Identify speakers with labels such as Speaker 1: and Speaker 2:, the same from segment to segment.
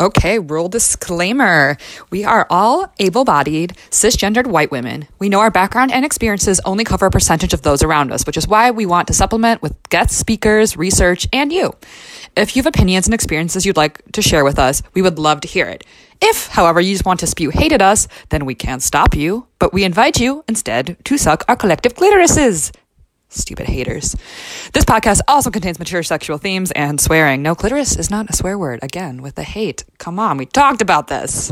Speaker 1: Okay, rule disclaimer. We are all able bodied, cisgendered white women. We know our background and experiences only cover a percentage of those around us, which is why we want to supplement with guest speakers, research, and you. If you have opinions and experiences you'd like to share with us, we would love to hear it. If, however, you just want to spew hate at us, then we can't stop you, but we invite you instead to suck our collective clitorises. Stupid haters. This podcast also contains mature sexual themes and swearing. No, clitoris is not a swear word. Again, with the hate. Come on, we talked about this.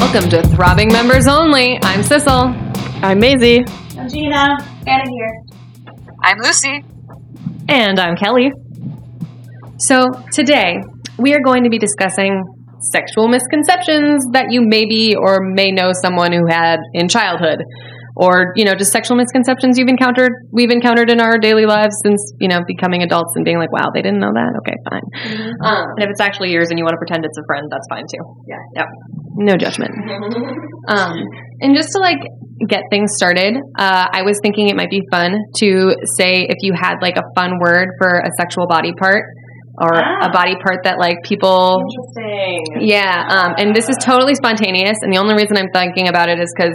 Speaker 2: Welcome to Throbbing Members Only. I'm Sissel.
Speaker 3: I'm Maisie.
Speaker 4: I'm Gina. Anna here.
Speaker 1: I'm Lucy.
Speaker 2: And I'm Kelly. So, today we are going to be discussing sexual misconceptions that you maybe or may know someone who had in childhood. Or, you know, just sexual misconceptions you've encountered, we've encountered in our daily lives since, you know, becoming adults and being like, wow, they didn't know that? Okay, fine.
Speaker 3: Mm-hmm.
Speaker 2: Um, and if it's actually yours and you want to pretend it's a friend, that's fine too. Yeah. Yep. No judgment.
Speaker 3: Mm-hmm.
Speaker 2: Um, and just to like get things started, uh, I was thinking it might be fun to say if you had like a fun word for a sexual body part or
Speaker 4: Ah.
Speaker 2: a body part that like people.
Speaker 4: Interesting.
Speaker 2: Yeah. Um, and this is totally spontaneous. And the only reason I'm thinking about it is because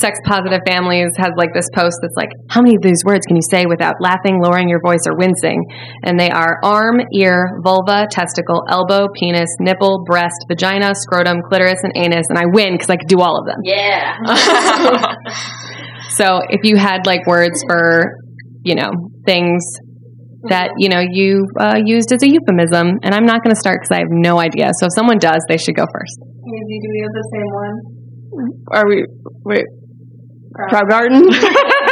Speaker 2: Sex Positive Families has like this post that's like, how many of these words can you say without laughing, lowering your voice, or wincing? And they are arm, ear, vulva, testicle, elbow, penis, nipple, breast, vagina, scrotum, clitoris, and anus. And I win because I could do all of them.
Speaker 4: Yeah.
Speaker 2: So if you had like words for, you know, things that you know you uh, used as a euphemism, and I'm not going to start because I have no idea. So if someone does, they should go first.
Speaker 4: Maybe do we have the same one?
Speaker 3: Are we wait? Proud Garden.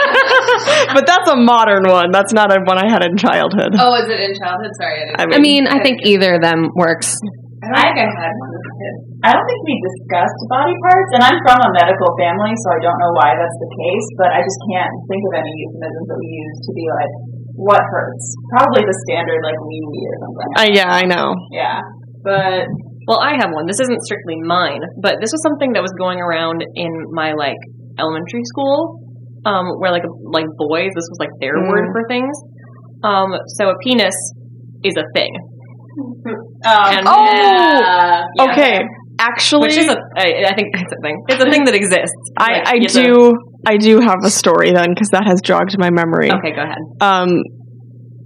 Speaker 3: but that's a modern one. That's not a one I had in childhood.
Speaker 4: Oh, is it in childhood? Sorry, I didn't.
Speaker 2: I mean, I think either of them works.
Speaker 4: I think I had one as a kid. I don't think we discussed body parts, and I'm from a medical family, so I don't know why that's the case, but I just can't think of any euphemisms that we use to be like, what hurts? Probably the standard, like, wee wee or something.
Speaker 3: Uh, yeah, I know.
Speaker 4: Yeah. But
Speaker 5: Well, I have one. This isn't strictly mine, but this was something that was going around in my like elementary school, um, where like like boys, this was like their
Speaker 3: Mm.
Speaker 5: word for things. Um, so a penis is a thing,
Speaker 4: um,
Speaker 5: And-
Speaker 3: Oh!
Speaker 6: uh,
Speaker 4: yeah, yeah.
Speaker 3: okay, actually,
Speaker 5: which is a I, I think it's a thing. It's a thing that exists.
Speaker 3: I
Speaker 5: Like,
Speaker 3: I
Speaker 5: it's a-
Speaker 3: do I do have a story then because that has jogged my memory.
Speaker 5: okay, go ahead.
Speaker 3: Um,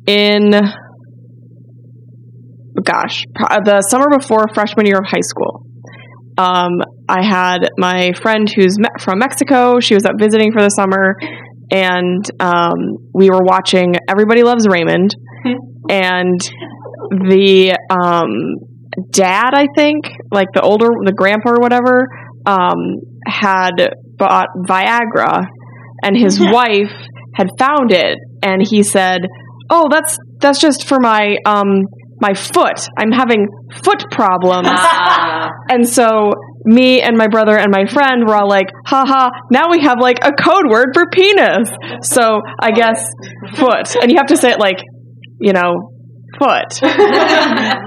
Speaker 3: in gosh, pro- uh, the summer before freshman year of high school. Um, I had my friend who's me- from Mexico. She was up visiting for the summer, and um, we were watching Everybody Loves Raymond, and the um, dad, I think, like the older, the grandpa or whatever, um, had bought Viagra, and his wife had found it, and he said, "Oh, that's that's just for my um." My foot. I'm having foot problems.
Speaker 5: Ah,
Speaker 3: And so me and my brother and my friend were all like, haha, now we have like a code word for penis. So I guess foot. And you have to say it like, you know, foot.
Speaker 5: you have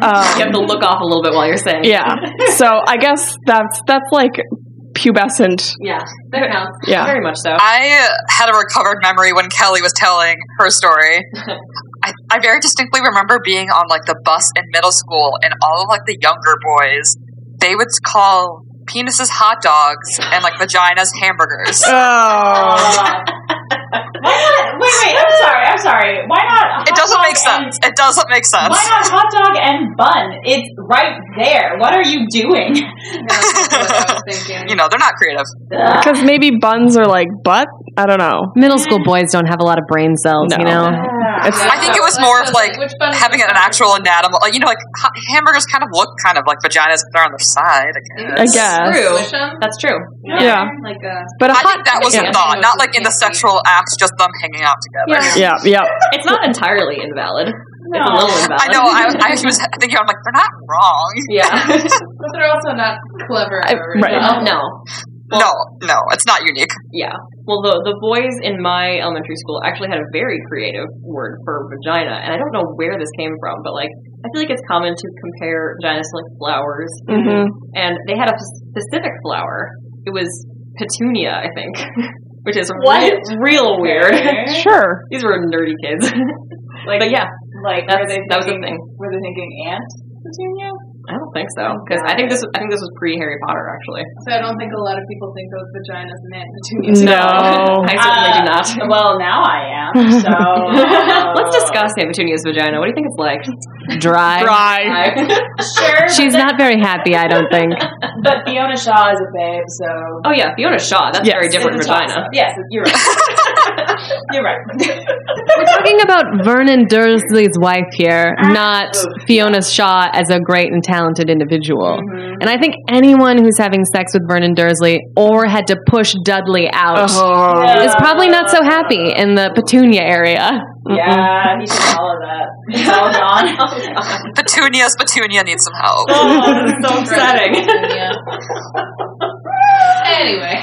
Speaker 3: Um,
Speaker 5: to look off a little bit while you're saying. it.
Speaker 3: yeah. So I guess that's that's like pubescent.
Speaker 5: yeah, that counts.
Speaker 3: Yeah.
Speaker 5: very much so.
Speaker 6: I had a recovered memory when Kelly was telling her story. I, I very distinctly remember being on like the bus in middle school, and all of like the younger boys, they would call penises hot dogs and like vaginas hamburgers.
Speaker 3: Oh.
Speaker 4: Uh, why not? Wait, wait, I'm sorry, I'm sorry. Why not? hot
Speaker 6: It doesn't
Speaker 4: dog
Speaker 6: make
Speaker 4: and-
Speaker 6: sense. It doesn't make sense.
Speaker 4: Why not hot dog and bun? It's right there. What are you doing?
Speaker 6: you know, they're not creative.
Speaker 4: Ugh.
Speaker 3: Because maybe buns are like butt. I don't know.
Speaker 2: Middle school boys don't have a lot of brain cells, you
Speaker 3: No.
Speaker 2: know.
Speaker 3: It's,
Speaker 6: I think it was more of like having an actual anatomy. Like, you know, like ha- hamburgers kind of look kind of like vaginas, but they're on their side. I guess.
Speaker 3: I guess.
Speaker 5: true. That's true.
Speaker 3: Yeah.
Speaker 4: Like a
Speaker 3: But a
Speaker 6: I
Speaker 3: hot.
Speaker 6: think that was
Speaker 3: Yeah.
Speaker 6: a thought, not like in the sexual act, just them hanging out together.
Speaker 3: Yeah, yeah.
Speaker 5: It's not entirely invalid.
Speaker 4: no.
Speaker 5: It's a little invalid.
Speaker 6: I know. I, I was thinking. I'm like, they're not wrong.
Speaker 5: Yeah.
Speaker 4: But they're also not clever.
Speaker 3: I- right.
Speaker 5: no.
Speaker 6: no, no, it's not unique.
Speaker 7: Yeah. Well, the the boys in my elementary school actually had a very creative word for vagina, and I don't know where this came from, but like I feel like it's common to compare vaginas to like flowers,
Speaker 3: Mm-hmm.
Speaker 7: and they had a specific flower. It was petunia, I think, which is re-
Speaker 4: What?
Speaker 7: real weird.
Speaker 4: Okay.
Speaker 3: Sure.
Speaker 7: These were nerdy kids. like, but yeah,
Speaker 4: Like, were
Speaker 7: That's-
Speaker 4: they
Speaker 7: that was the
Speaker 4: thinking,
Speaker 7: thing.
Speaker 4: Were they thinking ant petunia?
Speaker 7: I don't think so because I think this I think this was pre Harry Potter actually.
Speaker 8: So I don't think a lot of people think of vaginas and Aunt Petunias.
Speaker 3: No.
Speaker 7: I certainly do not.
Speaker 4: Uh, Well, now I am. So uh,
Speaker 7: Let's discuss Aunt Petunia's vagina. What do you think it's like?
Speaker 2: Dry.
Speaker 3: Dry.
Speaker 4: Sure, but
Speaker 2: She's
Speaker 4: then-
Speaker 2: not very happy, I don't think.
Speaker 4: But Fiona Shaw is a babe, so
Speaker 7: Oh yeah, Fiona Shaw. That's a
Speaker 3: Yes.
Speaker 7: very different
Speaker 4: It's a toss-up.
Speaker 7: vagina.
Speaker 4: Yes, you're right. you're right.
Speaker 2: We're talking about Vernon Dursley's wife here, not Fiona Shaw as a great and talented individual. And I think anyone who's having sex with Vernon Dursley or had to push Dudley out
Speaker 3: Oh.
Speaker 4: Yeah.
Speaker 2: is probably not so happy in the petunia area.
Speaker 4: Yeah, he should follow that. It's all gone.
Speaker 6: Petunia's Petunia needs some help.
Speaker 4: oh, this is so upsetting.
Speaker 8: anyway.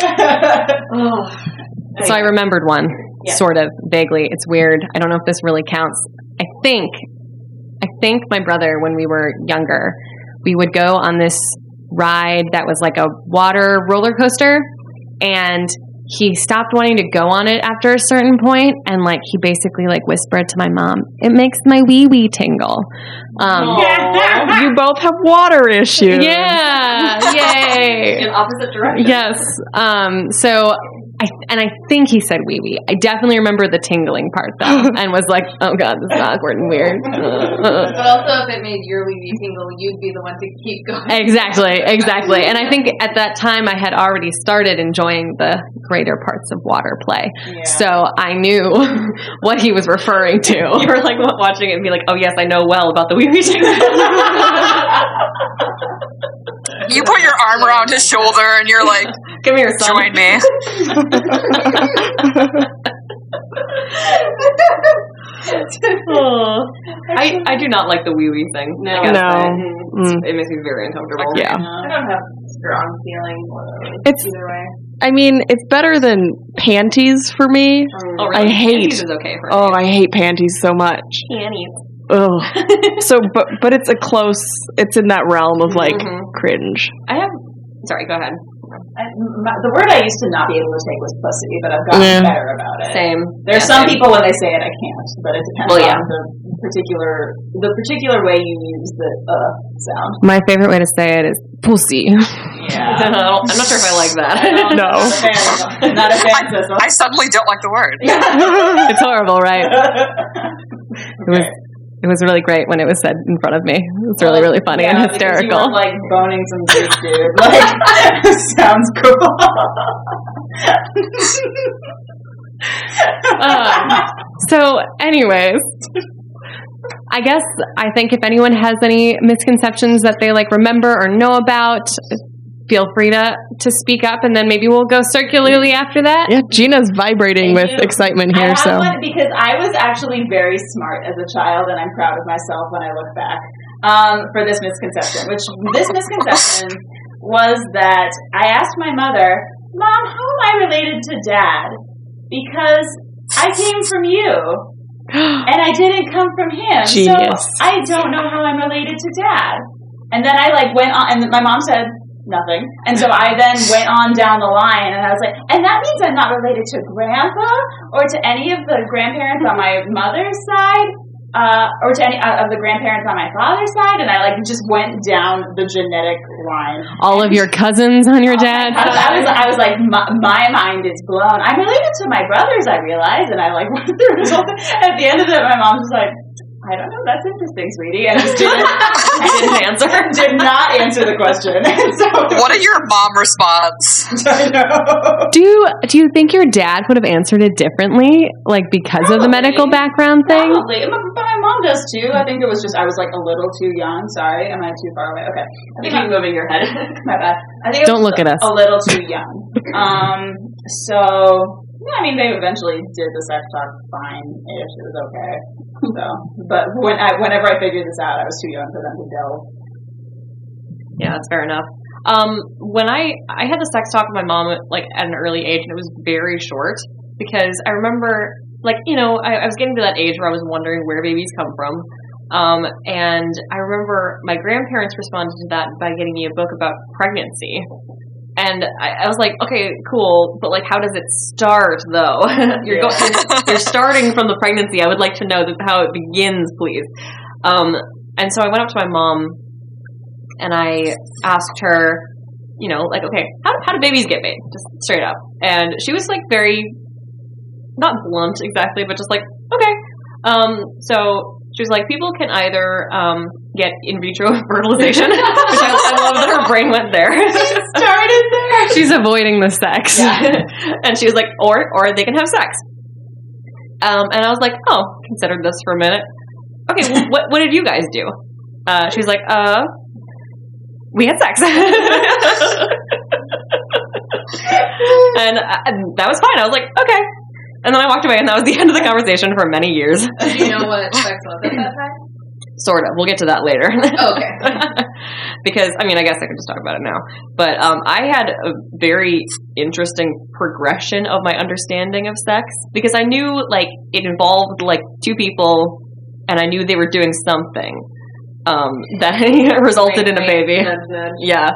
Speaker 2: So I remembered one, sort of vaguely. It's weird. I don't know if this really counts. I think, I think my brother, when we were younger, we would go on this ride that was like a water roller coaster, and he stopped wanting to go on it after a certain point, and like he basically like whispered to my mom, "It makes my wee wee tingle." Um,
Speaker 3: you both have water issues.
Speaker 2: yeah, yay!
Speaker 7: In opposite direction.
Speaker 2: yes. Um, so, I, and I think he said wee wee. I definitely remember the tingling part though, and was like, oh god, this is awkward and weird.
Speaker 8: But also, if it made your wee wee tingle, you'd be the one to keep going.
Speaker 2: exactly, exactly. And I think at that time I had already started enjoying the greater parts of water play, so I knew what he was referring to.
Speaker 7: You were like watching it and be like, oh yes, I know well about the wee wee tingle.
Speaker 6: You put your arm around his shoulder and you're like,
Speaker 7: Come here, son.
Speaker 6: join me.
Speaker 7: Oh. I, I do not like the wee wee thing. No.
Speaker 3: No. Mm.
Speaker 7: It makes me very uncomfortable.
Speaker 3: Yeah.
Speaker 4: I don't have strong feelings
Speaker 3: It's.
Speaker 4: either way.
Speaker 3: I mean, it's better than panties for me.
Speaker 7: Oh, really?
Speaker 3: I hate-
Speaker 7: Panties is okay for
Speaker 3: Oh, I hate panties so much.
Speaker 7: me. Panties.
Speaker 3: Ugh. so, but but it's a close. It's in that realm of like
Speaker 7: Mhm.
Speaker 3: cringe.
Speaker 7: I have. Sorry, go ahead.
Speaker 4: I, my, the word I used to not be able to take was pussy, but I've gotten
Speaker 3: Yeah.
Speaker 4: better about it.
Speaker 7: Same.
Speaker 4: There's
Speaker 7: Yeah,
Speaker 4: some
Speaker 7: same.
Speaker 4: people when they say it, I can't, but it depends
Speaker 7: Well, yeah.
Speaker 4: on the particular the particular way you use the uh sound.
Speaker 2: My favorite way to say it is pussy.
Speaker 7: I
Speaker 4: Yeah.
Speaker 7: don't- I'm not sure if I like that.
Speaker 3: No.
Speaker 4: Not a fan, Sissel.
Speaker 6: I suddenly don't like the word.
Speaker 2: it's horrible, right? It was. It was really great when it was said in front of me. It's really,
Speaker 7: Oh,
Speaker 2: really funny
Speaker 4: Yeah,
Speaker 2: and
Speaker 4: because you
Speaker 2: hysterical.
Speaker 4: were, like boning some Greek dude. Like sounds cool.
Speaker 2: Um, so, anyways, I guess I think if anyone has any misconceptions that they like remember or know about, feel free to to speak up, and then maybe we'll go circularly after that.
Speaker 3: Yeah, Gina's vibrating
Speaker 4: Thank
Speaker 3: with
Speaker 4: you.
Speaker 3: excitement
Speaker 4: I
Speaker 3: here.
Speaker 4: have
Speaker 3: So
Speaker 4: one because I was actually very smart as a child, and I'm proud of myself when I look back um, for this misconception. Which this misconception was that I asked my mother, "Mom, how am I related to Dad? Because I came from you, and I didn't come from him.
Speaker 3: Genius.
Speaker 4: So I don't know how I'm related to Dad." And then I like went on, and my mom said. Nothing. And so I then went on down the line and I was like, and that means I'm not related to grandpa? or to any of the grandparents on my mother's side, uh, or to any uh, of the grandparents on my father's side, and I like just went down the genetic line.
Speaker 2: All of your cousins on your
Speaker 4: I was,
Speaker 2: dad's.
Speaker 4: I was, I was like, my, my mind is blown. I'm related to my brothers, I realize, and I like went through this whole thing. At the end of it, my mom's just like, I don't know, that's interesting, sweetie, and just didn't, I didn't answer, did not answer the question. so
Speaker 6: What did your mom response?
Speaker 4: I know.
Speaker 2: Do do you think your dad would have answered it differently, like because of the
Speaker 4: Probably.
Speaker 2: medical background thing?
Speaker 4: Probably. My, but my mom does too. I think it was just I was like a little too young. Sorry, am I too far away? Okay. I think I'm moving your head. my bad. I think I
Speaker 2: Don't look
Speaker 4: was
Speaker 2: at us.
Speaker 4: A little too young. Um. So yeah, I mean, they eventually did the sex talk fine. Ish. It was okay. So, but when I whenever I figured this out, I was too young for them to delve.
Speaker 7: yeah, that's fair enough.
Speaker 2: Um, when I I had the sex talk with my mom like at an early age, and it was very short because I remember like you know I, I was getting to that age where I was wondering where babies come from. Um, and I remember my grandparents responded to that by getting me a book about pregnancy. And I, I was like, okay, cool, but like, how does it start though? you're, go- you're, you're starting from the pregnancy. I would like to know that how it begins, please. Um, and so I went up to my mom and I asked her, you know, like, okay, how, how do babies get made? Just straight up. And she was like very, not blunt exactly, but just like, okay. Um, so she was like, people can either um, get in vitro fertilization, which I, I love that her brain went there.
Speaker 9: Started there. She's avoiding the sex.
Speaker 2: and she was like, or or they can have sex. Um, and I was like, oh, considered this for a minute. Okay, well, what what did you guys do? Uh, she was like, uh, we had sex. uh, and I, that was fine. I was like, okay. And then I walked away, and that was the end of the conversation for many years.
Speaker 8: Do you know what sex was at that time?
Speaker 2: Sort of. We'll get to that later.
Speaker 8: Oh, okay.
Speaker 2: because, I mean, I guess I can just talk about it now. But um, I had a very interesting progression of my understanding of sex because I knew, like, it involved, like, two people, and I knew they were doing something um, that resulted in a baby. Yeah.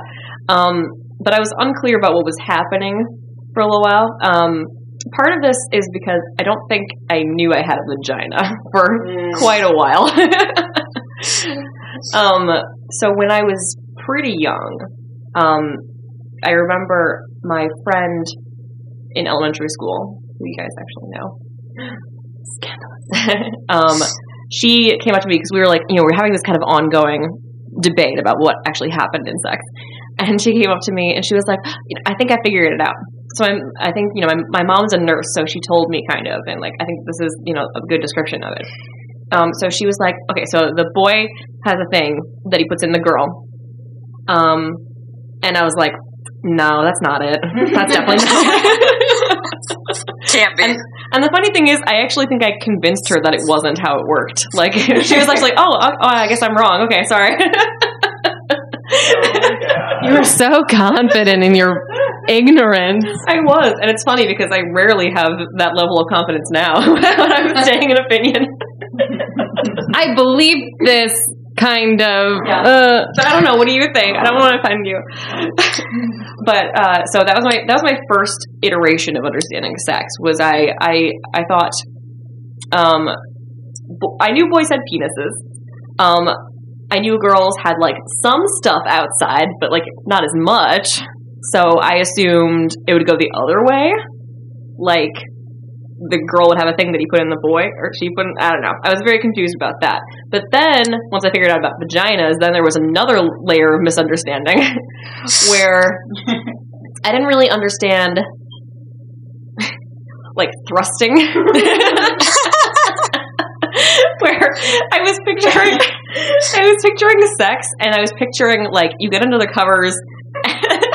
Speaker 2: Um, but I was unclear about what was happening for a little while. Um, part of this is because I don't think I knew I had a vagina for quite a while. um, so when I was pretty young, um, I remember my friend in elementary school, who you guys actually know, scandalous. um, she came up to me because we were like, you know, we are having this kind of ongoing debate about what actually happened in sex. And she came up to me and she was like, you know, I think I figured it out. So I'm, I think, you know, my, my mom's a nurse, so she told me kind of, and like, I think this is, you know, a good description of it. Um, so she was like, okay, so the boy has a thing that he puts in the girl. Um, and I was like, no, that's not it. That's definitely not it.
Speaker 6: Can't be.
Speaker 2: And the funny thing is, I actually think I convinced her that it wasn't how it worked. Like she was actually, oh, oh, oh, I guess I'm wrong. Okay, sorry. Oh
Speaker 9: You were so confident in your ignorance.
Speaker 2: I was, and it's funny because I rarely have that level of confidence now when I'm saying an opinion.
Speaker 9: I believe this kind of.
Speaker 2: Yeah.
Speaker 9: Uh,
Speaker 2: But I don't know. What do you think? I don't want to offend you. but uh, so that was my that was my first iteration of understanding sex. Was I I I thought, um, bo- I knew boys had penises. Um, I knew girls had like some stuff outside, but like not as much. So I assumed it would go the other way, like the girl would have a thing that he put in the boy, or she put in, I don't know. I was very confused about that. But then, once I figured out about vaginas, then there was another layer of misunderstanding where I didn't really understand, like, thrusting. where I was picturing, I was picturing sex, and I was picturing, like, you get under the covers.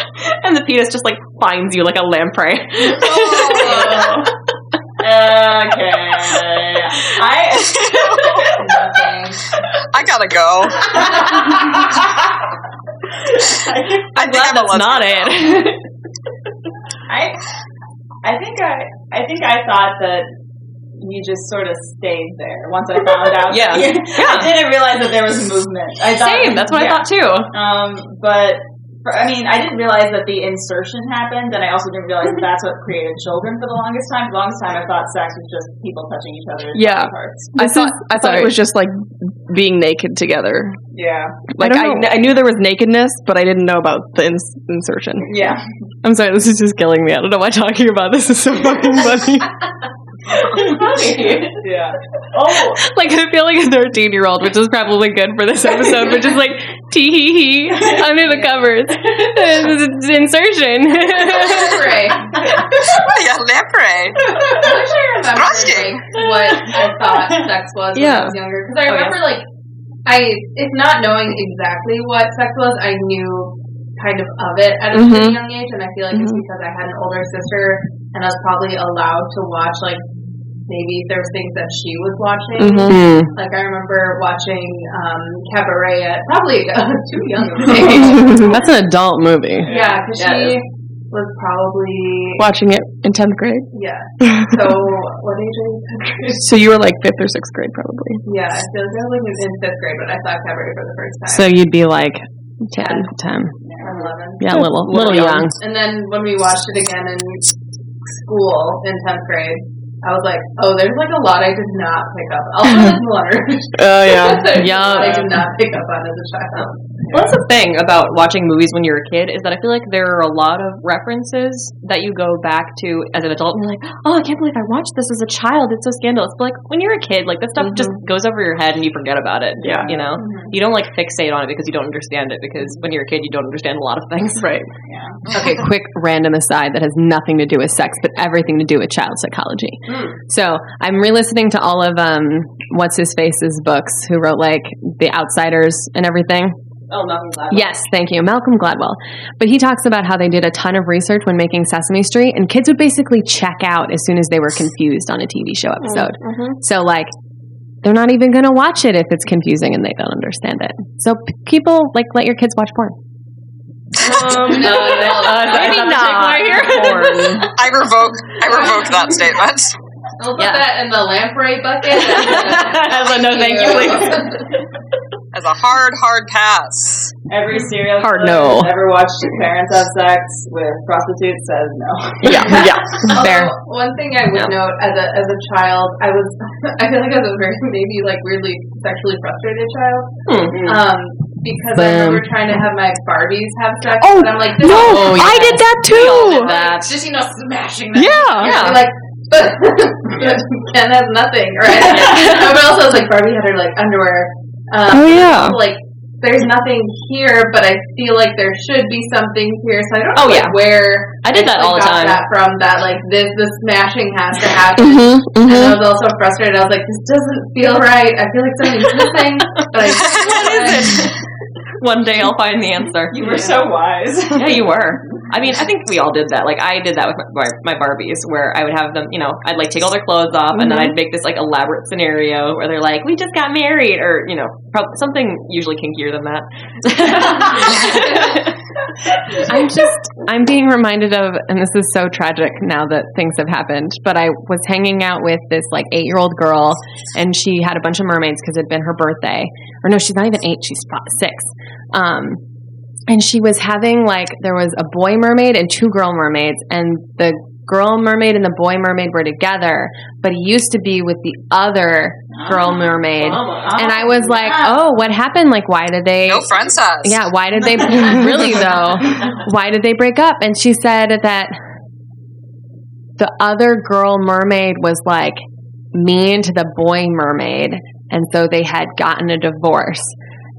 Speaker 2: And the penis just like finds you like a lamprey.
Speaker 4: Okay. I
Speaker 6: I gotta go. I think I'm a
Speaker 2: That's
Speaker 6: lesbian.
Speaker 2: not it.
Speaker 4: I I think I I think I thought that you just sort of stayed there once I found out.
Speaker 2: Yeah.
Speaker 4: I didn't realize that there was movement. I thought,
Speaker 2: Same. That's what
Speaker 4: Yeah.
Speaker 2: I thought too.
Speaker 4: Um, but for, I mean, I didn't realize that the insertion happened, and I also didn't realize that that's what created children for the longest time. The longest time, I thought sex was just people touching each other's
Speaker 3: Yeah.
Speaker 4: body parts.
Speaker 3: I
Speaker 9: This
Speaker 3: thought
Speaker 9: is-
Speaker 3: I thought
Speaker 9: sorry.
Speaker 3: it was just like being naked together.
Speaker 4: Yeah,
Speaker 3: Like
Speaker 9: don't
Speaker 3: I,
Speaker 9: know.
Speaker 3: I, knew there was nakedness, but I didn't know about the ins- insertion.
Speaker 4: yeah.
Speaker 3: I'm sorry, this is just killing me. I don't know why talking about this is so fucking funny.
Speaker 4: Yeah. Oh,
Speaker 9: like I feel like a thirteen year old, which is probably good for this episode, which is like tee hee hee under the covers. It's insertion.
Speaker 8: Right.
Speaker 6: yeah, lamprey.
Speaker 8: I wish I remembered
Speaker 6: Thrusting.
Speaker 8: like, what I thought sex was
Speaker 9: Yeah.
Speaker 8: when I was younger. Because I
Speaker 9: Oh, yeah.
Speaker 8: remember, like, I, if not knowing exactly what sex was, I knew kind of of it at a pretty
Speaker 9: Mm-hmm.
Speaker 8: young age. And I feel like it's because I had an older sister and I was probably allowed to watch, like, maybe there was things that she was watching.
Speaker 9: Mm-hmm.
Speaker 2: Hmm.
Speaker 8: Like I remember watching um, Cabaret at probably uh, too young of an age.
Speaker 3: That's an adult movie.
Speaker 8: yeah, because she was probably
Speaker 3: Watching it in 10th grade.
Speaker 8: yeah. So what age are you?
Speaker 3: So you were like 5th or 6th grade probably.
Speaker 8: Yeah, I feel like I was like in fifth grade when I saw Cabaret for the first time.
Speaker 2: So you'd be like 10, 10.
Speaker 8: I'm eleven.
Speaker 2: Yeah, little, little young.
Speaker 8: And then when we watched it again in school in tenth grade, I was like, oh, there's like a lot I did not pick up. Also, this letters.
Speaker 3: Oh yeah.
Speaker 8: There's a
Speaker 2: Yeah.
Speaker 8: lot I did not pick up on as a child.
Speaker 5: Well, that's the thing about watching movies when you're a kid is that I feel like there are a lot of references that you go back to as an adult and you're like, oh, I can't believe I watched this as a child. It's so scandalous. But like when you're a kid, like that stuff just
Speaker 3: Mm-hmm.
Speaker 5: goes over your head and you forget about it.
Speaker 3: Yeah.
Speaker 5: You know,
Speaker 2: Mm-hmm.
Speaker 5: you don't like fixate on it because you don't understand it because when you're a kid, you don't understand a lot of things. Right.
Speaker 2: Okay, quick random aside that has nothing to do with sex, but everything to do with child psychology.
Speaker 5: Hmm.
Speaker 2: So I'm re-listening to all of um, what's his face's books, who wrote like The Outsiders and everything.
Speaker 5: Oh, nothing bad.
Speaker 2: Yes, thank you, Malcolm Gladwell. But he talks about how they did a ton of research when making Sesame Street, and kids would basically check out as soon as they were confused on a TV show episode.
Speaker 5: Mm-hmm.
Speaker 2: So like. They're not even going to watch it if it's confusing and they don't understand it. So p- people like let your kids watch porn. Oh,
Speaker 5: Uh, Maybe not.
Speaker 6: I revoke. I revoke that statement.
Speaker 8: I'll put that in the lamprey bucket. no, thank you.
Speaker 6: As a hard, hard pass.
Speaker 4: Every serial
Speaker 2: Hard
Speaker 4: killer
Speaker 2: no.
Speaker 4: that's ever watched his parents have sex with prostitutes says no.
Speaker 3: Yeah. Yeah.
Speaker 2: Fair.
Speaker 8: Although, Oh, One thing I would note as a as a child, I was I feel like I was a very maybe like weirdly sexually frustrated child.
Speaker 5: Oh.
Speaker 4: Hmm.
Speaker 8: Um, because I remember trying to have my Barbies have sex,
Speaker 3: Oh,
Speaker 8: and I'm like, this is
Speaker 3: no, I did that too.
Speaker 8: that. Just you know, smashing them.
Speaker 3: Yeah.
Speaker 8: Yeah. Like, but Ken has nothing, right? Everyone else has like Barbie had her like underwear. Um,
Speaker 3: Oh, yeah.
Speaker 8: so, Like, there's nothing here, but I feel like there should be something here. So I don't know
Speaker 5: Oh,
Speaker 8: like, where
Speaker 5: I did that
Speaker 8: I
Speaker 5: all the
Speaker 8: got
Speaker 5: time.
Speaker 8: That from that like this, the smashing has to happen.
Speaker 5: Mm-hmm,
Speaker 3: Mhm.
Speaker 8: And
Speaker 3: Mhm.
Speaker 8: I was also frustrated. I was like, this doesn't feel right. I feel like something's missing, but I.
Speaker 5: One day I'll find the answer.
Speaker 4: You were so wise.
Speaker 5: yeah, you were. I mean, I think we all did that. Like, I did that with my, my Barbies, where I would have them, you know, I'd like take all their clothes off, and then I'd
Speaker 2: Mm-hmm.
Speaker 5: make this like elaborate scenario where they're like, "We just got married," or you know, prob- something usually kinkier than that.
Speaker 2: I'm just I'm being reminded of and this is so tragic now that things have happened, but I was hanging out with this like 8-year-old girl and she had a bunch of mermaids cuz it'd been her birthday. Or no, she's not even 8, she's fi- 6. Um and she was having like there was a boy mermaid and two girl mermaids and the girl mermaid and the boy mermaid were together, but he used to be with the other girl mermaid. And I was like, "Oh, what happened? Like why did they
Speaker 6: No friend says.
Speaker 2: yeah, why did they really though? Why did they break up? And she said that the other girl mermaid was like mean to the boy mermaid, and so they had gotten a divorce.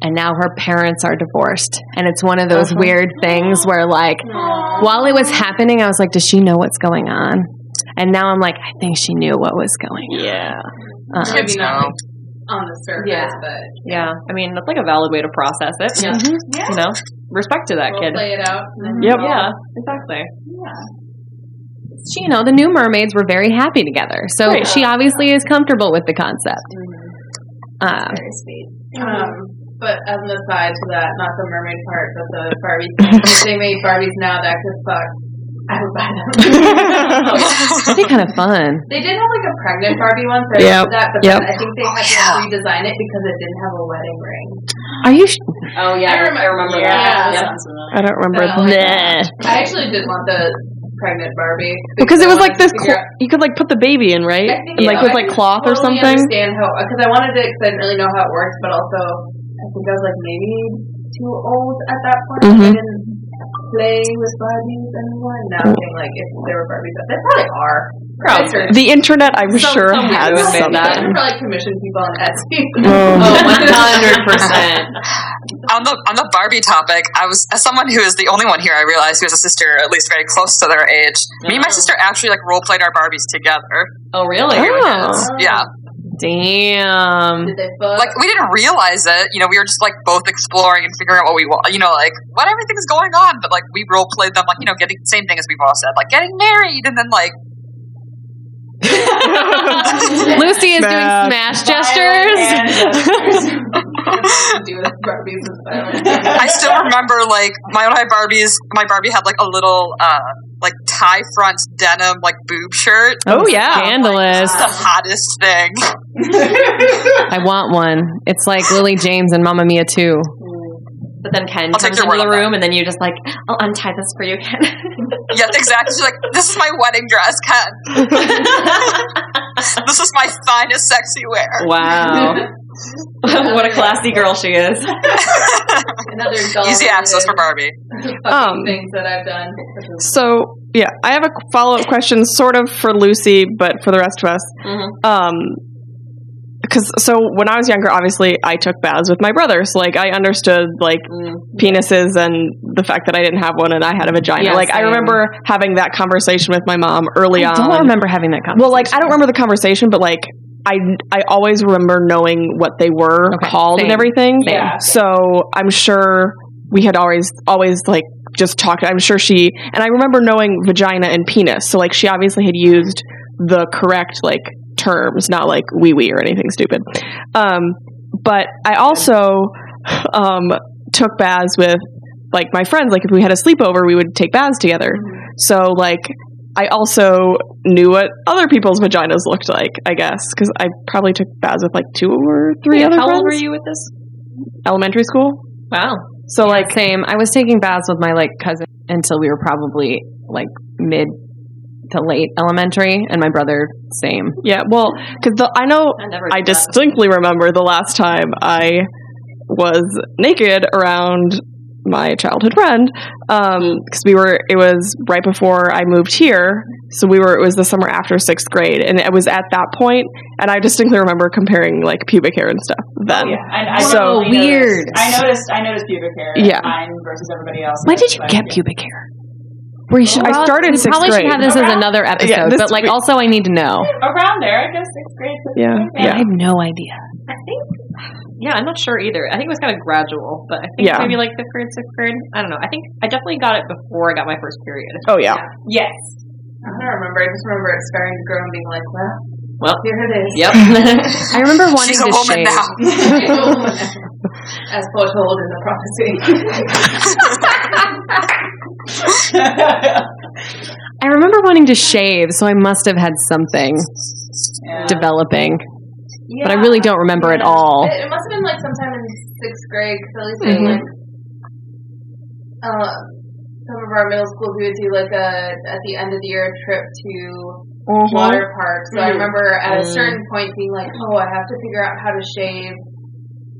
Speaker 2: And now her parents are divorced. And it's one of those weird things where, like, while it was happening, I was like, does she know what's going on? And now I'm like, I think she knew what was going on.
Speaker 5: yeah,
Speaker 2: Uh,
Speaker 6: Kids know.
Speaker 8: on the surface,
Speaker 5: Yeah.
Speaker 8: but
Speaker 5: yeah. I mean, that's like a valid way to process it. Yeah, you know, respect to that
Speaker 8: we'll
Speaker 5: kid.
Speaker 8: play it out.
Speaker 3: Yep.
Speaker 5: Yeah, exactly.
Speaker 2: she, you know, the new mermaids were very happy together. So
Speaker 5: Right.
Speaker 2: she obviously is comfortable with the concept. Uh,
Speaker 8: Um, but as an aside to that, not the mermaid part, but the Barbie thing, if they made Barbies now that could fuck, I would buy them.
Speaker 2: that'd be kind of fun.
Speaker 8: they did have like a pregnant Barbie once, I
Speaker 3: Yep,
Speaker 8: remember that, but
Speaker 3: yep.
Speaker 8: then I think they had to
Speaker 6: yeah.
Speaker 8: redesign it because it didn't have a wedding ring.
Speaker 2: Are you? Sh-
Speaker 5: Oh yeah, I remember,
Speaker 8: that. Yeah.
Speaker 3: I don't remember.
Speaker 8: I don't like that. I actually did want the pregnant Barbie.
Speaker 3: Because it was
Speaker 8: I
Speaker 3: like
Speaker 8: wanted
Speaker 3: this.
Speaker 8: to
Speaker 3: Cl-
Speaker 8: figure out-
Speaker 3: you could like put the baby in, right?
Speaker 8: I think-
Speaker 3: And, like
Speaker 8: yeah,
Speaker 3: with
Speaker 8: I
Speaker 3: like cloth or
Speaker 8: totally
Speaker 3: something.
Speaker 8: understand how, because I wanted it because I didn't really know how it works, but also I think I was like maybe too old at that point.
Speaker 3: Mhm.
Speaker 8: I didn't play with Barbies anymore. And now I think like if there were Barbies, out there, they probably are. Probably.
Speaker 3: The internet, I'm
Speaker 5: Some-
Speaker 3: sure,
Speaker 5: some
Speaker 3: has
Speaker 5: weirdo made
Speaker 3: something.
Speaker 5: that.
Speaker 8: I probably commission people on Etsy.
Speaker 3: Oh.
Speaker 5: Oh, one hundred percent.
Speaker 6: on the on the Barbie topic, I was as someone who is the only one here. I realized who has a sister, at least very close to their age. Me and
Speaker 2: Mm.
Speaker 6: my sister actually like role played our Barbies together.
Speaker 5: Oh really?
Speaker 2: Oh,
Speaker 6: Yeah,
Speaker 2: damn.
Speaker 8: Did they fuck?
Speaker 6: like we didn't realize it. You know, we were just like both exploring and figuring out what we want. You know, like what everything's going on. But like we role played them, like you know, getting same thing as we've all said, like getting married, and then like
Speaker 2: Lucy is
Speaker 3: Smash.
Speaker 2: doing smash gestures.
Speaker 8: to do with Barbies and violence.
Speaker 6: I still remember like my when I had Barbies, my Barbie had like a little uh like tie front denim like boob shirt.
Speaker 2: Oh yeah, scandalous.
Speaker 6: It's the hottest thing.
Speaker 2: I want one. It's like Lily James and Mamma Mia too.
Speaker 5: But then Ken
Speaker 6: I'll take
Speaker 5: comes
Speaker 6: your
Speaker 5: into
Speaker 6: word
Speaker 5: the
Speaker 6: on that.
Speaker 5: room, and then you're just like, I'll untie this for you, Ken.
Speaker 6: Yeah, exactly. She's like, this is my wedding dress, Ken. this is my finest sexy wear.
Speaker 5: wow. what a classy girl she is.
Speaker 8: Another adult
Speaker 6: Easy access for Barbie.
Speaker 8: fucking
Speaker 3: Um,
Speaker 8: things that I've done. Which is
Speaker 3: So yeah, I have a follow up question, sort of for Lucy, but for the rest of us.
Speaker 8: Mm-hmm.
Speaker 3: Um, because so when I was younger, obviously I took baths with my brothers. Like I understood like
Speaker 8: Mm.
Speaker 3: penises and the fact that I didn't have one and I had a vagina.
Speaker 2: Yeah,
Speaker 3: like I
Speaker 2: same.
Speaker 3: remember having that conversation with my mom early
Speaker 2: I
Speaker 3: on.
Speaker 2: don't remember having that conversation.
Speaker 3: Well, like I don't remember the conversation, but like I I always remember knowing what they were
Speaker 2: Okay,
Speaker 3: called and
Speaker 2: same.
Speaker 3: everything.
Speaker 8: Yeah.
Speaker 3: So I'm sure we had always always like just talked. I'm sure she and I remember knowing vagina and penis. So like she obviously had used the correct like terms, not like wee wee or anything stupid. Um, but I also um, took baths with like my friends. Like if we had a sleepover, we would take baths together.
Speaker 5: Mm-hmm.
Speaker 3: So like I also knew what other people's vaginas looked like. I guess because I probably took baths with like two or three other
Speaker 5: How
Speaker 3: friends.
Speaker 5: old were you with this?
Speaker 3: Elementary school.
Speaker 5: Wow.
Speaker 3: So like
Speaker 2: same. I was taking baths with my like cousin until we were probably like mid to late elementary, and my brother same.
Speaker 3: yeah, well, because I know
Speaker 5: I never.
Speaker 3: I
Speaker 5: did that.
Speaker 3: distinctly remember the last time I was naked around my childhood friend because we were it was right before I moved here so we were it was the summer after sixth grade and it was at that point and I distinctly remember comparing like pubic hair and stuff
Speaker 5: Oh,
Speaker 3: then
Speaker 4: Yeah, I, I
Speaker 3: So
Speaker 4: definitely
Speaker 2: weird.
Speaker 4: Noticed, I noticed. I noticed pubic hair.
Speaker 3: Yeah.
Speaker 4: mine versus everybody else.
Speaker 2: When did you
Speaker 4: But-
Speaker 2: get pubic hair? Were you
Speaker 3: I started
Speaker 2: We
Speaker 3: sixth
Speaker 2: probably should
Speaker 3: grade.
Speaker 2: have this as another episode,
Speaker 3: Yeah, this-
Speaker 2: but like also I need to know.
Speaker 4: around there? I guess sixth grade. Sixth
Speaker 3: Yeah,
Speaker 4: grade,
Speaker 3: yeah.
Speaker 2: I have no idea.
Speaker 5: I think. Yeah, I'm not sure either. I think it was kind of gradual, but I think
Speaker 3: Yeah.
Speaker 5: maybe like fifth grade, sixth grade. I don't know. I think I definitely got it before I got my first period.
Speaker 3: oh yeah
Speaker 5: Yes.
Speaker 8: I don't remember. I just remember it starting to grow and being like, well,
Speaker 5: Well.
Speaker 8: here it is.
Speaker 5: Yep.
Speaker 2: I remember wanting
Speaker 6: She's a
Speaker 2: to
Speaker 6: woman
Speaker 2: shave.
Speaker 6: now.
Speaker 8: As foretold in the prophecy.
Speaker 2: I remember wanting to shave, so I must have had something
Speaker 4: yeah.
Speaker 2: developing, but I really don't remember at
Speaker 8: Yeah.
Speaker 2: all.
Speaker 8: It, it must have been like sometime in sixth grade because at least I
Speaker 2: Mhm.
Speaker 8: like uh, some of our middle schools we would do like a at the end of the year trip to water
Speaker 5: Mm-hmm.
Speaker 8: park. So I remember at a certain point being like, oh, I have to figure out how to shave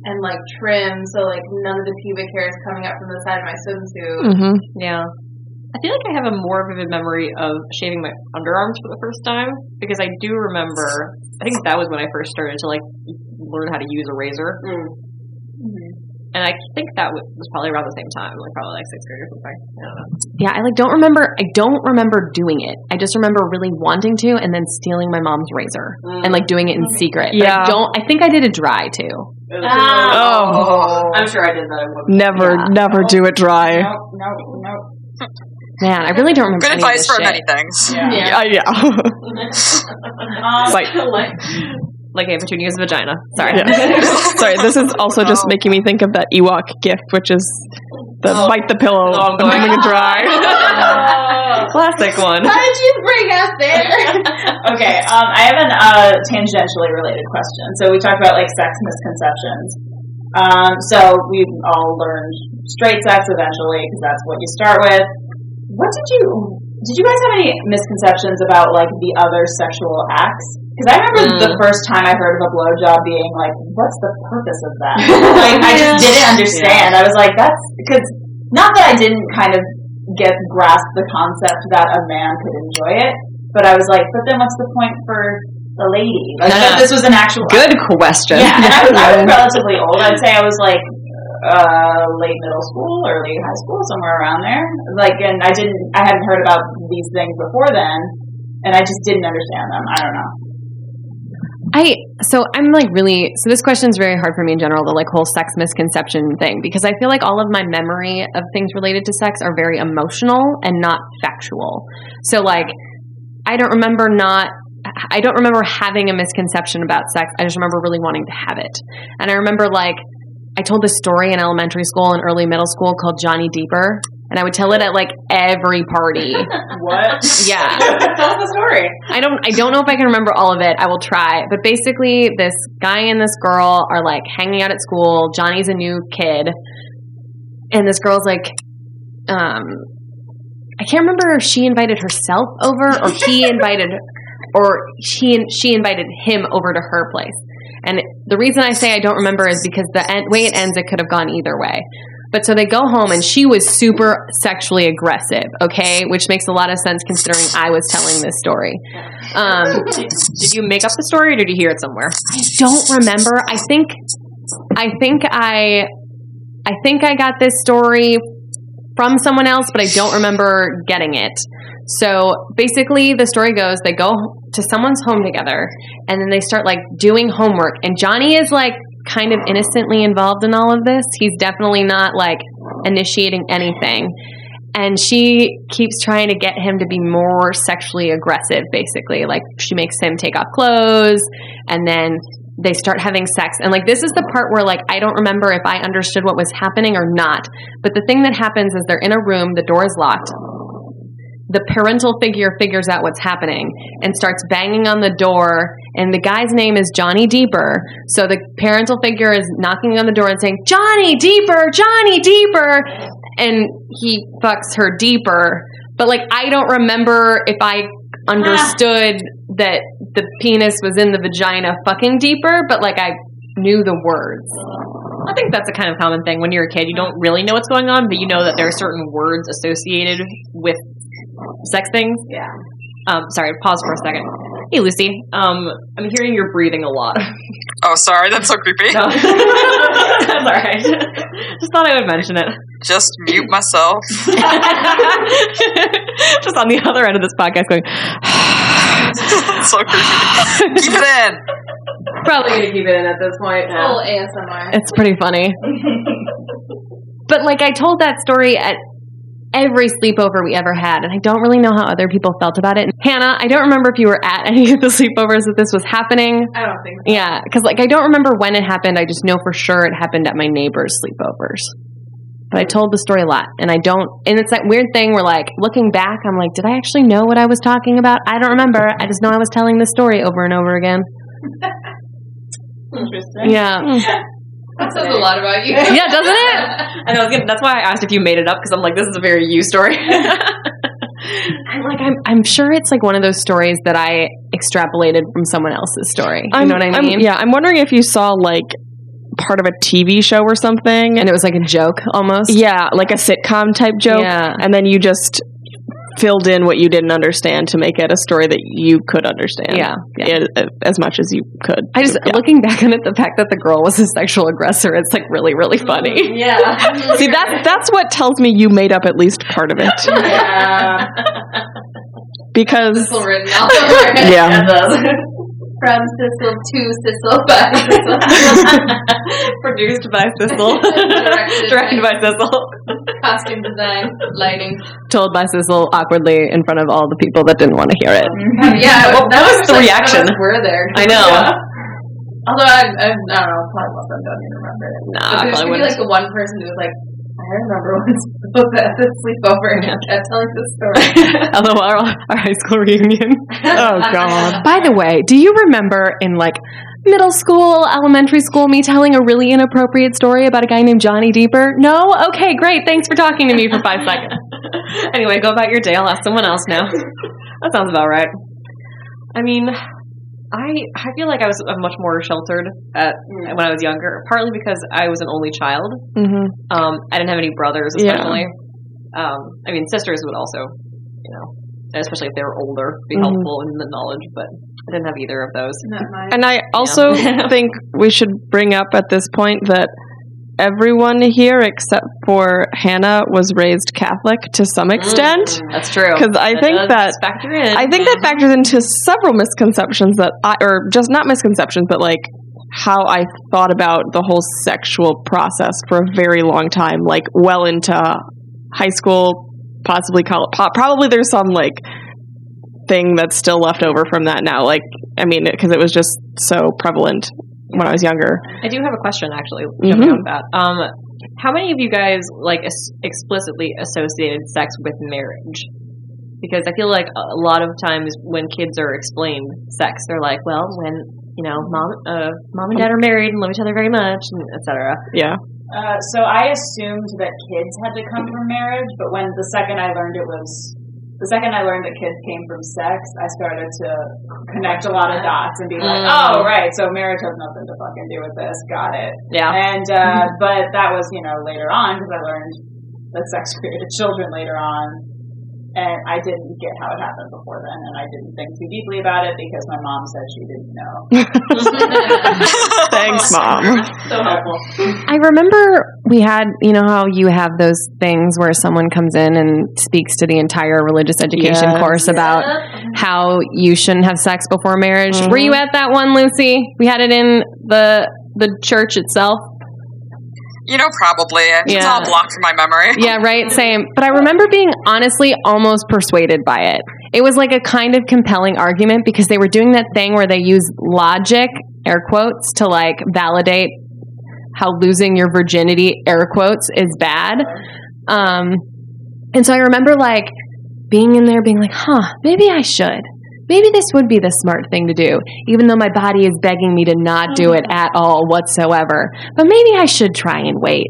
Speaker 8: and like trim so like none of the pubic hair is coming up from the side of my swimsuit.
Speaker 3: mm-hmm.
Speaker 5: Yeah. I feel like I have a more vivid memory of shaving my underarms for the first time because I do remember. I think that was when I first started to like learn how to use a razor,
Speaker 2: Mm.
Speaker 5: Mm-hmm. and I think that was was probably around the same time, like probably like sixth grade or something. I don't know.
Speaker 2: Yeah, I like don't remember. I don't remember doing it. I just remember really wanting to, and then stealing my mom's razor and like doing it in
Speaker 5: Mm.
Speaker 2: secret. But I
Speaker 3: Yeah.
Speaker 2: don't. I think I did a dry too.
Speaker 3: Oh.
Speaker 5: I'm sure I did that.
Speaker 3: never
Speaker 2: Yeah.
Speaker 3: never do it dry
Speaker 4: Nope, nope, nope.
Speaker 2: Man, I really don't remember.
Speaker 6: Good
Speaker 2: any of
Speaker 6: advice
Speaker 2: this
Speaker 6: for
Speaker 2: shit.
Speaker 6: many things.
Speaker 4: Yeah.
Speaker 3: yeah, yeah.
Speaker 4: Um,
Speaker 3: It's like
Speaker 5: Like I have two years vagina. Sorry.
Speaker 3: Yeah. Sorry, this is also
Speaker 2: Oh.
Speaker 3: just making me think of that Ewok gift, which is the bite the pillow.
Speaker 5: Oh,
Speaker 3: I'm gonna dry.
Speaker 5: Classic one.
Speaker 8: How did you bring us there?
Speaker 4: okay, um, I have an uh, tangentially related question. So we talked about like sex misconceptions. Um, so we all learned straight sex eventually because that's what you start with. What did you? Did you guys have any misconceptions about like the other sexual acts? Because I remember
Speaker 2: Mm.
Speaker 4: the first time I heard of a blowjob being like, "What's the purpose of that?" like I just didn't understand. I was like, "That's because not that I didn't kind of get grasp the concept that a man could enjoy it, but I was like, but then what's the point for the lady? Like,
Speaker 5: Yeah.
Speaker 4: this was an actual
Speaker 5: Good question.
Speaker 4: Yeah, and I was, I was relatively old. I'd say I was like uh, late middle school, early high school, somewhere around there. Like, and I didn't, I hadn't heard about these things before then, and I just didn't understand them. I don't know.
Speaker 2: I so I'm like really so this question's very hard for me in general the like whole sex misconception thing because I feel like all of my memory of things related to sex are very emotional and not factual. So like I don't remember not I don't remember having a misconception about sex. I just remember really wanting to have it. And I remember like I told this story in elementary school and early middle school called Johnny Deeper, and I would tell it at like every party.
Speaker 4: What?
Speaker 2: yeah.
Speaker 4: Tell us the story.
Speaker 2: I don't I don't know if I can remember all of it. I will try. But basically this guy and this girl are like hanging out at school. Johnny's a new kid. And this girl's like um I can't remember if she invited herself over or he invited or she she invited him over to her place. And the reason I say I don't remember is because the en- way it ends it could have gone either way. But so they go home, and she was super sexually aggressive, okay? Which makes a lot of sense considering I was telling this story. Um,
Speaker 5: Did you make up the story or did you hear it somewhere?
Speaker 2: I don't remember. I think, I think I, I think I got this story from someone else, but I don't remember getting it. So basically, the story goes they go to someone's home together, and then they start like doing homework, and Johnny is like kind of innocently involved in all of this. He's definitely not like initiating anything. And she keeps trying to get him to be more sexually aggressive, basically. Like, she makes him take off clothes, and then they start having sex. And like this is the part where like I don't remember if I understood what was happening or not. But the thing that happens is they're in a room, the door is locked. The parental figure figures out what's happening and starts banging on the door. And the guy's name is Johnny Deeper. So the parental figure is knocking on the door and saying, Johnny Deeper, Johnny Deeper. And he fucks her deeper. But like, I don't remember if I understood that the penis was in the vagina fucking deeper, but like I knew the words.
Speaker 5: I think that's a kind of common thing when you're a kid. You don't really know what's going on, but you know that there are certain words associated with sex things. Yeah. Um, sorry, pause for a second. Hey, Lucy. Um, I'm hearing you're breathing a lot.
Speaker 6: Oh, sorry, that's so creepy.
Speaker 5: No. that's all right. Just thought I would mention it.
Speaker 6: Just mute myself.
Speaker 5: Just on the other end of this podcast going,
Speaker 6: so creepy. Keep it in.
Speaker 2: Probably gonna keep it in at this point.
Speaker 8: Full ASMR.
Speaker 2: It's pretty funny. but like I told that story at every sleepover we ever had, and I don't really know how other people felt about it. And Hannah, I don't remember if you were at any of the sleepovers that this was happening.
Speaker 8: I don't think.
Speaker 2: Yeah, because like I don't remember when it happened. I just know for sure it happened at my neighbor's sleepovers. But I told the story a lot, and I don't. And it's that weird thing where, like, looking back, I'm like, did I actually know what I was talking about? I don't remember. I just know I was telling the story over and over again.
Speaker 4: Interesting.
Speaker 2: Yeah,
Speaker 8: That says a lot about you.
Speaker 5: yeah, doesn't it? And I was gonna, that's why I asked if you made it up because I'm like, this is a very you story.
Speaker 2: I'm like, I'm, I'm sure it's like one of those stories that I extrapolated from someone else's story. You know what I mean?
Speaker 3: yeah, I'm wondering if you saw like part of a TV show or something.
Speaker 2: And it was like a joke almost.
Speaker 3: yeah, like a sitcom type joke.
Speaker 2: Yeah.
Speaker 3: And then you just filled in what you didn't understand to make it a story that you could understand.
Speaker 2: Yeah, yeah.
Speaker 3: It- as much as you could.
Speaker 2: I just
Speaker 3: Yeah.
Speaker 2: looking back on it, the fact that the girl was a sexual aggressor, it's like really, really funny.
Speaker 8: Yeah.
Speaker 3: See that that's what tells me you made up at least part of it
Speaker 8: Yeah.
Speaker 3: because
Speaker 8: Sissel written all over it.
Speaker 3: yeah.
Speaker 8: From Sissel to Sissel by Sissel.
Speaker 5: Produced by Sissel,
Speaker 8: Directed
Speaker 5: directed by Sissel.
Speaker 8: Costume design, lighting.
Speaker 2: Told by Sissel awkwardly in front of all the people that didn't want to hear it.
Speaker 8: Yeah,
Speaker 5: Well, Mm-hmm. that was
Speaker 8: wish,
Speaker 5: the
Speaker 8: like,
Speaker 5: reaction.
Speaker 8: none of us We're there.
Speaker 5: I know.
Speaker 8: Although I, I, I don't know, probably most of them don't even remember it.
Speaker 5: Nah,
Speaker 8: But
Speaker 5: I probably
Speaker 8: there's gonna be
Speaker 5: wouldn't.
Speaker 8: like the one person who was like, I remember when Sissel was at the sleepover and I kept telling the story.
Speaker 2: Although our, our high school reunion.
Speaker 3: Oh god.
Speaker 2: By the way, do you remember in like middle school, elementary school, me telling a really inappropriate story about a guy named Johnny Deeper? No? Okay, great. Thanks for talking to me for five seconds.
Speaker 5: anyway, go about your day. I'll ask someone else now. that sounds about right. I mean, I I feel like I was uh, much more sheltered at,
Speaker 3: Mm.
Speaker 5: when I was younger, partly because I was an only child.
Speaker 3: Mhm.
Speaker 5: Um, I didn't have any brothers,
Speaker 3: Yeah.
Speaker 5: especially. Um, I mean, sisters would also, you know, especially if they were older, be
Speaker 3: Mhm.
Speaker 5: helpful in the knowledge. But I didn't have either of those.
Speaker 8: Not mine.
Speaker 3: And I also
Speaker 5: Yeah.
Speaker 3: think we should bring up at this point that everyone here except for Hannah was raised Catholic to some extent
Speaker 5: That's true.
Speaker 3: because I think
Speaker 5: Mm. does
Speaker 3: that
Speaker 5: factor in.
Speaker 3: I think that factors into several misconceptions that I or just not misconceptions but like how I thought about the whole sexual process for a very long time like well into high school possibly college probably there's some like thing that's still left over from that now. Like, I mean, because it was just so prevalent when I was younger.
Speaker 5: I do have a question actually. Jumping off that, um, how many of you guys like as- explicitly associated sex with marriage? Because I feel like a lot of times when kids are explained sex, they're like, "Well, when you know, mom, uh, mom and dad are married and love each other very much, and etc."
Speaker 3: Yeah.
Speaker 4: Uh, so I assumed that kids had to come from marriage, but when the second I learned it was the second I learned that kids came from sex, I started to connect a lot of dots and be like, oh right, so marriage has nothing to fucking do with this. Got it.
Speaker 5: Yeah.
Speaker 4: And uh, but that was you know later on because I learned that sex created children later on. And I didn't get how it happened before then, and I didn't think too deeply about it because my mom said she didn't know.
Speaker 3: Thanks, mom.
Speaker 4: So helpful.
Speaker 2: I remember we had, you know, how you have those things where someone comes in and speaks to the entire religious education
Speaker 3: Yes.
Speaker 2: course about how you shouldn't have sex before marriage. Were you at that one, Lucy? We had it in the the church itself.
Speaker 6: You know, probably. It's
Speaker 2: Yeah.
Speaker 6: all blocked from my memory.
Speaker 2: Yeah, right. Same. But I remember being honestly almost persuaded by it. It was like a kind of compelling argument because they were doing that thing where they use logic, air quotes, to like validate how losing your virginity, air quotes, is bad. Um, and so I remember like being in there being like, huh, maybe I should. Maybe this would be the smart thing to do, even though my body is begging me to not do it at all whatsoever. But maybe I should try and wait.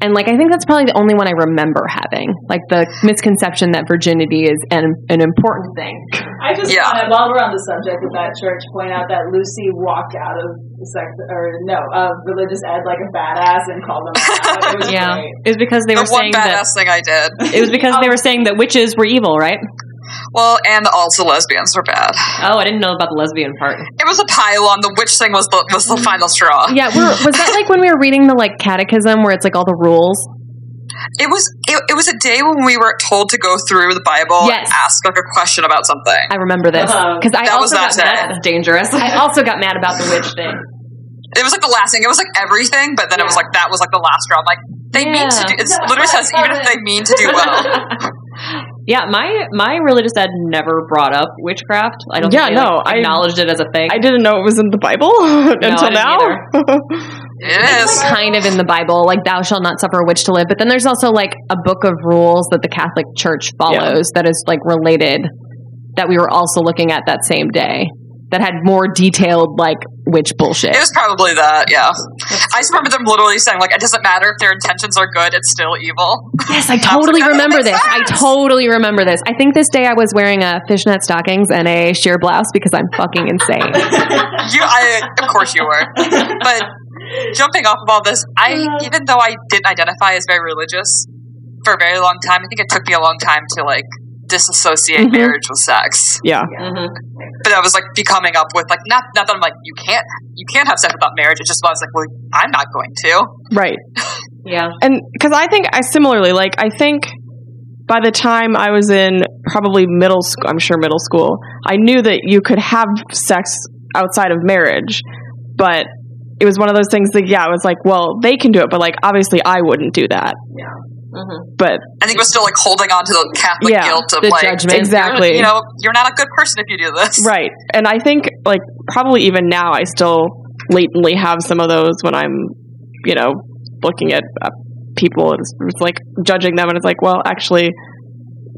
Speaker 2: And like I think that's probably the only one I remember having, like the misconception that virginity is an an important thing.
Speaker 4: I just
Speaker 6: Yeah.
Speaker 4: want to, while we're on the subject of that church, point out that Lucy walked out of the sex, or no, of religious ed like a badass and called them out. It was
Speaker 2: Yeah.
Speaker 4: great.
Speaker 2: It was because they were
Speaker 6: The
Speaker 2: saying
Speaker 6: one
Speaker 2: that
Speaker 6: badass thing I did.
Speaker 2: it was because they were saying that witches were evil, right?
Speaker 6: Well, and also lesbians were bad.
Speaker 5: Oh, I didn't know about the lesbian part.
Speaker 6: It was a pylon. The witch thing was the, was the final straw.
Speaker 2: Yeah, we're, was that like when we were reading the like catechism where it's like all the rules?
Speaker 6: It was it, it was a day when we were told to go through the Bible
Speaker 2: Yes.
Speaker 6: and ask like a question about something.
Speaker 2: I remember this because I
Speaker 6: Uh-huh. That was
Speaker 2: also
Speaker 6: that
Speaker 2: got
Speaker 6: day.
Speaker 2: mad.
Speaker 5: That's dangerous.
Speaker 2: I also got mad about the witch thing.
Speaker 6: It was like the last thing. It was like everything, but then it was like that was like the last straw. I'm like they mean to do. It literally says even if they mean to do well.
Speaker 5: yeah, my my religious ed never brought up witchcraft. I don't.
Speaker 3: Yeah,
Speaker 5: think they,
Speaker 3: no,
Speaker 5: like,
Speaker 3: I-
Speaker 5: acknowledged it as a thing.
Speaker 3: I didn't know it was in the Bible until
Speaker 5: didn't
Speaker 3: now.
Speaker 6: it is.
Speaker 2: It's kind of in the Bible, like "Thou shalt not suffer a witch to live." But then there's also like a book of rules that the Catholic Church follows that is like related that we were also looking at that same day that had more detailed like witch bullshit.
Speaker 6: It was probably that, yeah. I just remember them literally saying, like, it doesn't matter if their intentions are good, it's still evil.
Speaker 2: Yes, I totally
Speaker 6: That would
Speaker 2: remember
Speaker 6: make
Speaker 2: this. I
Speaker 6: sense.
Speaker 2: totally remember this. I think this day I was wearing a fishnet stockings and a sheer blouse because I'm fucking insane.
Speaker 6: You, I, of course you were. But jumping off of all this, I, even though I didn't identify as very religious for a very long time, I think it took me a long time to, like, disassociate
Speaker 3: Mhm.
Speaker 6: marriage with sex.
Speaker 3: Yeah.
Speaker 5: Mhm.
Speaker 6: But I was, like, be coming up with, like, not, not that I'm like, you can't, you can't have sex without marriage. It's just, I was like, well, I'm not going to.
Speaker 3: Right.
Speaker 5: Yeah.
Speaker 3: and because I think I similarly like I think by the time I was in probably middle school, I'm sure middle school, I knew that you could have sex outside of marriage, but it was one of those things that yeah, I was like, well, they can do it, but like obviously I wouldn't do that. Yeah. But
Speaker 6: I think it was still, like, holding on to the Catholic
Speaker 3: Yeah,
Speaker 6: guilt of,
Speaker 2: the
Speaker 6: like,
Speaker 2: judgment.
Speaker 3: Exactly.
Speaker 6: you know, you're not a good person if you do this.
Speaker 3: right, and I think like probably even now I still latently have some of those when I'm, you know, looking at uh, people and it's, it's like judging them, and it's like, well, actually,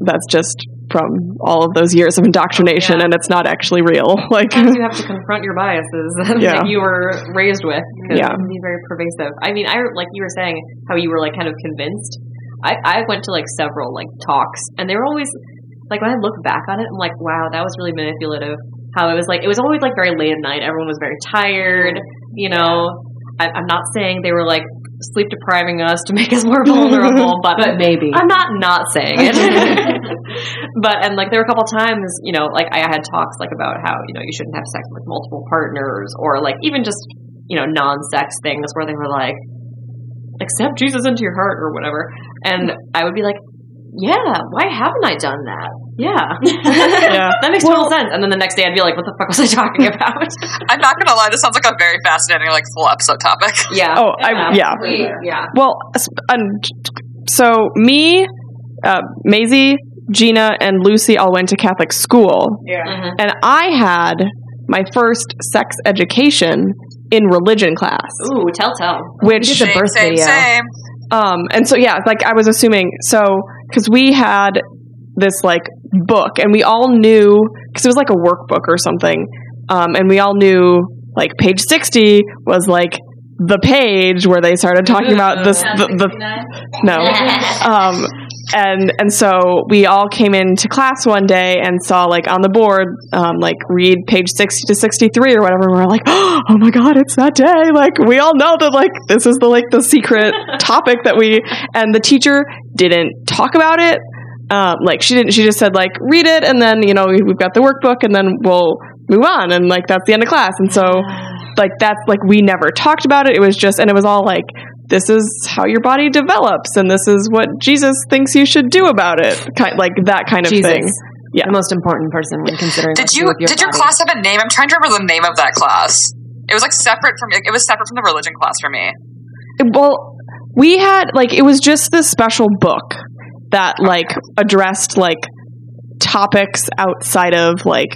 Speaker 3: that's just from all of those years of indoctrination, and it's not actually real. Like,
Speaker 5: Sometimes you have to confront your biases
Speaker 3: Yeah.
Speaker 5: that you were raised with. 'cause
Speaker 3: Yeah.
Speaker 5: It can be very pervasive. I mean, I like you were saying how you were like kind of convinced. I, I went to like several like talks, and they were always like when I look back on it, I'm like, wow, that was really manipulative. How it was like it was always like very late at night. Everyone was very tired. You know, I, I'm not saying they were like sleep depriving us to make us more vulnerable, but,
Speaker 2: But maybe.
Speaker 5: I'm not not saying it. but and like there were a couple times, you know, like I had talks like about how you know you shouldn't have sex with multiple partners or like even just you know non-sex things where they were like accept Jesus into your heart or whatever, and I would be like. Yeah, why haven't I done that? Yeah. That makes total sense. And then the next day I'd be like, what the fuck was I talking about?
Speaker 6: I'm not gonna lie, this sounds like a very fascinating, like full episode topic.
Speaker 5: yeah.
Speaker 3: oh, I, yeah.
Speaker 5: yeah.
Speaker 3: Well, s- and so me, uh, Maisie, Gina and Lucy all went to Catholic school.
Speaker 4: Yeah.
Speaker 3: And I had my first sex education in religion class,
Speaker 5: Ooh, telltale.
Speaker 3: which
Speaker 5: did the
Speaker 6: Same,
Speaker 5: birth
Speaker 6: same,
Speaker 5: video.
Speaker 6: same.
Speaker 3: um and so yeah like i was assuming so because we had this like book and we all knew because it was like a workbook or something um and we all knew like page 60 was like the page where they started talking about this the, the no um and and so we all came into class one day and saw like on the board um like read page 60 to 63 or whatever and we're like oh my god it's that day like we all know that like this is the like the secret topic that we and the teacher didn't talk about it um like she didn't she just said like read it and then you know we- we've got the workbook and then we'll move on and like that's the end of class and so like that's like we never talked about it it was just and it was all like this is how your body develops and this is what jesus thinks you should do about it kind, like that kind of
Speaker 2: Jesus,
Speaker 3: thing Yeah.
Speaker 2: the most important person when considering. what
Speaker 6: Did
Speaker 2: to do
Speaker 6: you
Speaker 2: with your
Speaker 6: did your
Speaker 2: body.
Speaker 6: class have a name? I'm trying to remember the name of that class. It was like separate from it was separate from the religion class for me.
Speaker 3: well we had like it was just this special book that like addressed like topics outside of like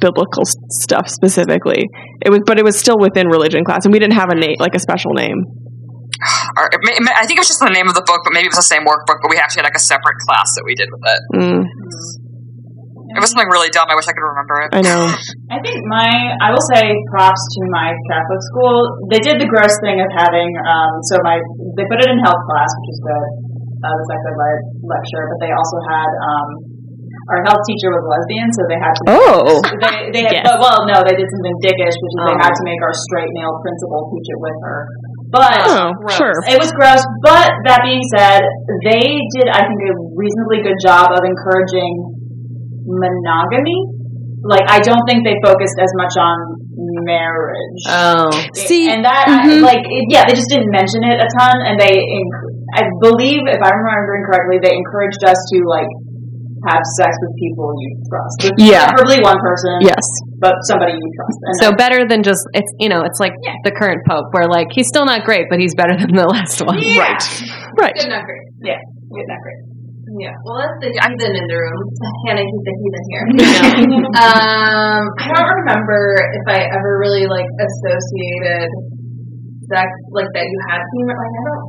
Speaker 3: biblical s- stuff specifically it was but it was still within religion class and we didn't have a name like a special name
Speaker 6: Or it may- it may- I think it was just the name of the book, but maybe it was the same workbook. But we actually had like a separate class that we did with it.
Speaker 3: mm,
Speaker 6: It was something really dumb. I wish I could remember it.
Speaker 3: i know
Speaker 4: I think my, I will say props to my Catholic school. They did the gross thing of having, um, so my, they put it in health class, which is the, uh, the sex ed le- lecture, but they also had, um, our health teacher was lesbian, so they had to.
Speaker 3: oh
Speaker 4: They, they had,
Speaker 3: Yes.
Speaker 4: but, well, no, they did something dickish, which is they had to make our straight male principal teach it with her. But
Speaker 3: oh sure
Speaker 4: it was gross, but that being said, they did, I think, a reasonably good job of encouraging monogamy. Like, I don't think they focused as much on marriage.
Speaker 2: Oh,
Speaker 4: See, and that, I, like, it, yeah, they just didn't mention it a ton, and they, enc- I believe, if I'm remembering correctly, they encouraged us to like have sex with people you trust. With
Speaker 3: Yeah.
Speaker 4: preferably one person,
Speaker 3: yes
Speaker 4: but somebody you trust. And
Speaker 2: so better than just it's you know it's like the current pope where like he's still not great but he's better than the last one.
Speaker 3: right right
Speaker 8: Good enough great.
Speaker 4: yeah, that great.
Speaker 8: Yeah. Well, that's the heathen in the room. Hannah, he's the heathen here. um, I don't remember if I ever really like associated sex like that you had female. Like I don't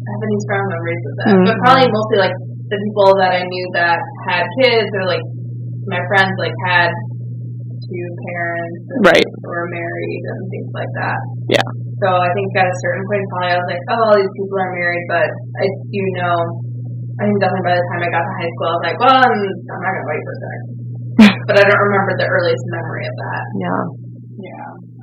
Speaker 8: have any strong memories of that, but probably mostly like the people that I knew that had kids or like my friends like had two parents and
Speaker 3: right
Speaker 8: or married and things like that.
Speaker 3: Yeah.
Speaker 8: So I think at a certain point, probably I was like, oh, all these people are married, but I do know. I think definitely by the time I got to high school, I was like, well, I'm, I'm not gonna wait for sex. but I don't remember the earliest memory of that.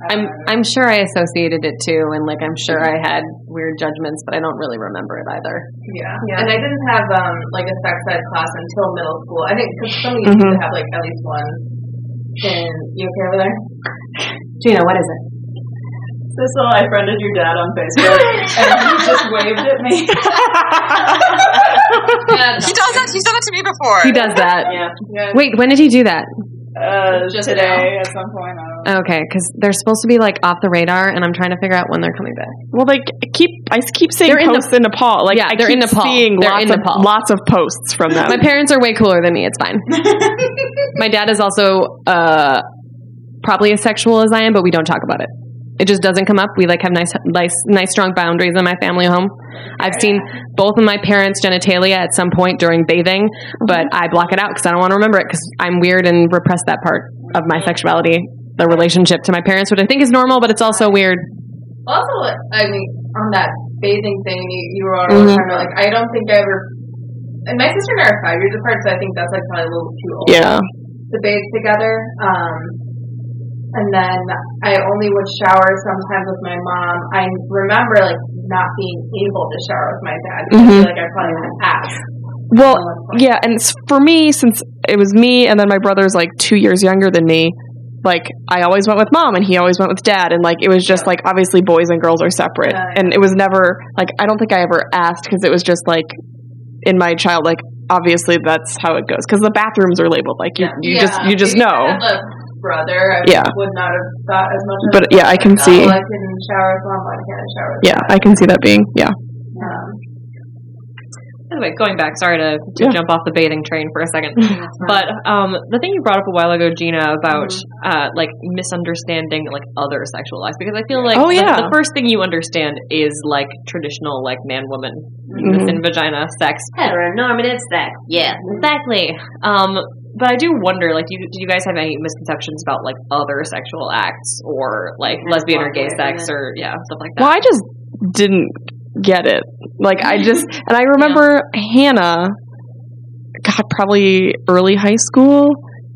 Speaker 2: I'm I'm sure I associated it too, and like I'm sure I had weird judgments, but I don't really remember it either.
Speaker 8: Yeah. And I didn't have um like a sex ed class until middle school. I think because some of you used to have like at least one. And you okay over there?
Speaker 2: Gina, what is it?
Speaker 4: Cecil, I friended your dad on Facebook, and he just waved at me.
Speaker 8: Yeah.
Speaker 6: He does that. He's done that to me before.
Speaker 2: He does that.
Speaker 4: Yeah.
Speaker 8: Yeah.
Speaker 2: Wait, when did he do that?
Speaker 4: Uh,
Speaker 8: Just
Speaker 4: today at some point. I don't know.
Speaker 2: Okay, because they're supposed to be like off the radar, and I'm trying to figure out when they're coming back.
Speaker 3: Well, like keep I keep seeing
Speaker 2: They're in
Speaker 3: posts in, Nepal. Like
Speaker 2: Yeah,
Speaker 3: I
Speaker 2: they're
Speaker 3: keep
Speaker 2: in Nepal.
Speaker 3: seeing
Speaker 2: They're
Speaker 3: lots
Speaker 2: in
Speaker 3: of
Speaker 2: Nepal.
Speaker 3: lots of posts from them.
Speaker 2: My parents are way cooler than me. It's fine. My dad is also uh, probably as sexual as I am, but we don't talk about it. It just doesn't come up. We like have nice, nice, nice, strong boundaries in my family home. I've seen both of my parents' genitalia at some point during bathing, but I block it out because I don't want to remember it because I'm weird and repress that part of my sexuality, the relationship to my parents, which I think is normal, but it's also weird.
Speaker 8: Also, I mean, on that bathing thing, you, you were all mm trying to like. I don't think I ever. And my sister and I are five years apart, so I think that's like probably a little too old
Speaker 3: yeah,
Speaker 8: to bathe together. Um, and then I only would shower sometimes with my mom. I remember like not being able to shower with my dad. because I feel like I probably would ask.
Speaker 3: well, yeah, and s- for me, since it was me, and then my brother's like two years younger than me. Like I always went with mom, and he always went with dad, and like it was just like obviously boys and girls are separate,
Speaker 8: Yeah,
Speaker 3: and it was never like I don't think I ever asked because it was just like in my child like obviously that's how it goes because the bathrooms are labeled like you you just you just know
Speaker 8: If I had a brother, I
Speaker 3: Yeah.
Speaker 8: would not have thought as much.
Speaker 3: But,
Speaker 8: of,
Speaker 3: yeah, I can
Speaker 8: oh,
Speaker 3: see.
Speaker 8: I can shower with mom. Why can't I shower? With
Speaker 3: yeah I can see that being yeah
Speaker 8: Um,
Speaker 5: Anyway, going back, sorry to, to
Speaker 3: Yeah.
Speaker 5: jump off the bathing train for a second. but um, the thing you brought up a while ago, Gina, about
Speaker 2: Mm-hmm.
Speaker 5: uh, like misunderstanding like other sexual acts, because I feel like
Speaker 3: Oh,
Speaker 5: the,
Speaker 3: yeah.
Speaker 5: the first thing you understand is like traditional like man woman
Speaker 2: Mm-hmm.
Speaker 3: Mhm.
Speaker 5: and vagina sex,
Speaker 10: Heteronormative sex.
Speaker 5: yeah, exactly. Um, but I do wonder, like, do you, do you guys have any misconceptions about like other sexual acts or like lesbian or gay sex or yeah stuff like that?
Speaker 3: Well, I just didn't get it. Like I just and I remember Hannah God, probably early high school.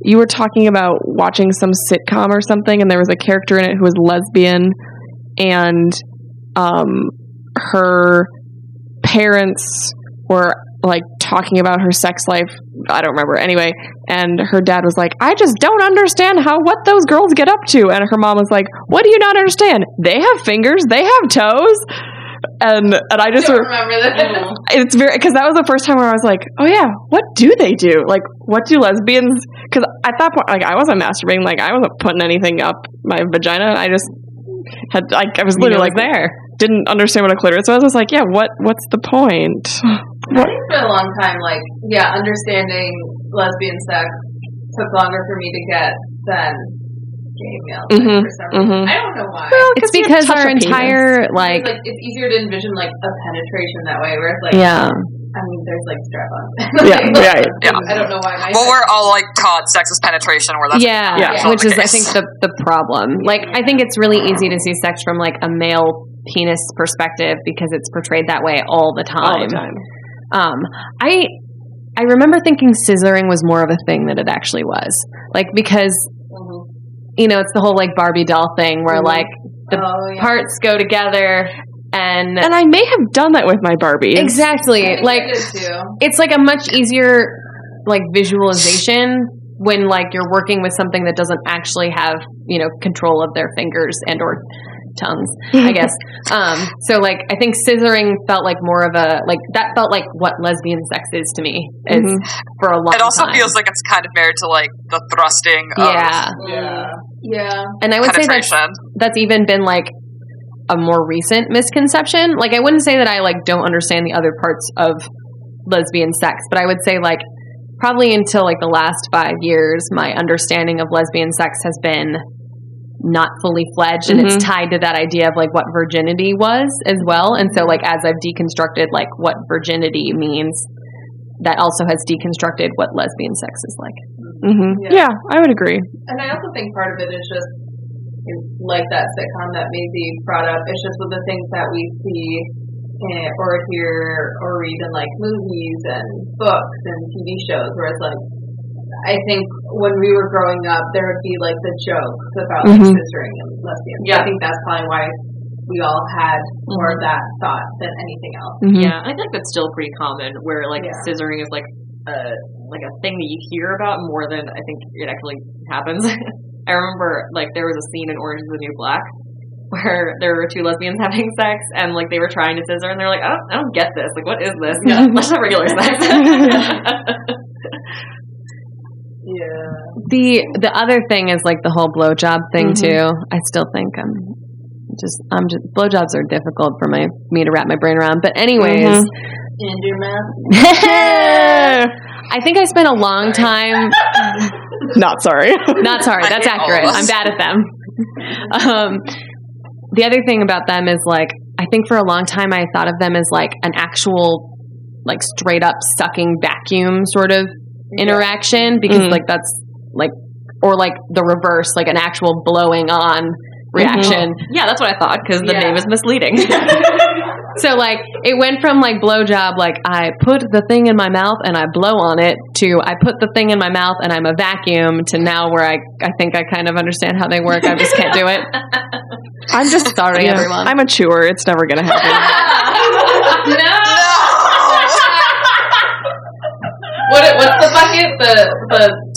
Speaker 3: You were talking about watching some sitcom or something and there was a character in it who was lesbian and um her parents were like talking about her sex life. I don't remember. Anyway, and her dad was like, "I just don't understand how what those girls get up to." And her mom was like, "What do you not understand? They have fingers, they have toes." And and I just
Speaker 8: don't remember that.
Speaker 3: it's very because that was the first time where I was like, oh yeah, what do they do? Like, what do lesbians? Because at that point, like, I wasn't masturbating, like, I wasn't putting anything up my vagina. I just had like I was literally like there, didn't understand what a clitoris was. I was like, yeah, what? What's the point?
Speaker 8: I think for a long time, like, yeah, understanding lesbian sex took longer for me to get than gay male sex
Speaker 3: Mhm,
Speaker 8: for some reason.
Speaker 3: mhm.
Speaker 8: I don't know why.
Speaker 2: It's because our entire
Speaker 8: It's
Speaker 2: like
Speaker 8: like it's easier to envision like a penetration that way, where it's like,
Speaker 2: yeah.
Speaker 8: I mean, there's like strap on.
Speaker 3: Yeah, right.
Speaker 6: Yeah.
Speaker 8: I don't know why. My
Speaker 6: Well, we're all like taught sex is penetration, where that's
Speaker 2: yeah,
Speaker 3: Yeah.
Speaker 2: which is I
Speaker 6: Yes.
Speaker 2: think the the problem. Like I think it's really easy to see sex from like a male penis perspective because it's portrayed that way all the time.
Speaker 3: All the time.
Speaker 2: Um, I I remember thinking scissoring was more of a thing than it actually was. Like because you know it's the whole like Barbie doll thing where like the
Speaker 8: Mm-hmm. oh, yeah.
Speaker 2: parts go together and
Speaker 3: And I may have done that with my Barbie.
Speaker 8: I
Speaker 2: exactly
Speaker 8: think
Speaker 2: like
Speaker 8: I did too.
Speaker 2: it's like a much easier like visualization when like you're working with something that doesn't actually have you know control of their fingers and or tongues i guess um so like i think scissoring felt like more of a like that felt like what lesbian sex is to me is
Speaker 3: Mhm.
Speaker 2: for a long
Speaker 6: It also
Speaker 2: time.
Speaker 6: feels like um, it's kind of married to like the thrusting of
Speaker 2: yeah
Speaker 8: Yeah. Yeah.
Speaker 2: and i would say that's
Speaker 6: penetration.
Speaker 2: that's even been like a more recent misconception. Like I wouldn't say that I like don't understand the other parts of lesbian sex, but I would say like probably until like the last 5 years my understanding of lesbian sex has been not fully fledged and it's tied to that idea of like what virginity was as well. And so like as I've deconstructed like what virginity means that also has deconstructed what lesbian sex is like.
Speaker 3: hmm
Speaker 8: Yeah.
Speaker 3: Yeah. I would agree.
Speaker 8: And I also think part of it is just like that sitcom that Maisie brought up. It's just with the things that we see eh, or hear or read in like movies and books and TV shows, where it's like, I think when we were growing up, there would be like the jokes about like
Speaker 3: Mhm.
Speaker 8: scissoring and lesbians. I think that's probably why we all had more of that thought than anything else.
Speaker 3: Mhm.
Speaker 5: Yeah, I think that's still pretty common where like
Speaker 8: Yeah.
Speaker 5: scissoring is like a like a thing that you hear about more than I think it actually happens. I remember like there was a scene in Orange is the New Black where there were two lesbians having sex and like they were trying to scissor and they're like, I don't, I don't get this. Like, what is this? No, that's not regular sex.
Speaker 8: Yeah.
Speaker 2: the the other thing is like the whole blowjob thing too. I still think I'm just I'm just blowjobs are difficult for my me to wrap my brain around. But anyways,
Speaker 3: Mhm.
Speaker 8: And your math.
Speaker 2: I think I spent a long time.
Speaker 3: Not sorry.
Speaker 2: Not sorry,
Speaker 6: I
Speaker 2: that's
Speaker 6: hate all
Speaker 2: accurate.
Speaker 6: of us.
Speaker 2: I'm bad at them. um, the other thing about them is like I think for a long time I thought of them as like an actual like straight up sucking vacuum sort of interaction because
Speaker 3: Mhm.
Speaker 2: like that's like or like the reverse like an actual blowing on reaction.
Speaker 5: yeah, that's what I thought because the
Speaker 8: Yeah.
Speaker 5: name is misleading.
Speaker 2: So like it went from like blowjob like I put the thing in my mouth and I blow on it to I put the thing in my mouth and I'm a vacuum to now where I I think I kind of understand how they work. I just can't do it.
Speaker 3: I'm just
Speaker 2: Sorry,
Speaker 3: yeah.
Speaker 2: everyone.
Speaker 3: I'm a chewer. It's never gonna happen.
Speaker 8: What, what's the bucket? The, the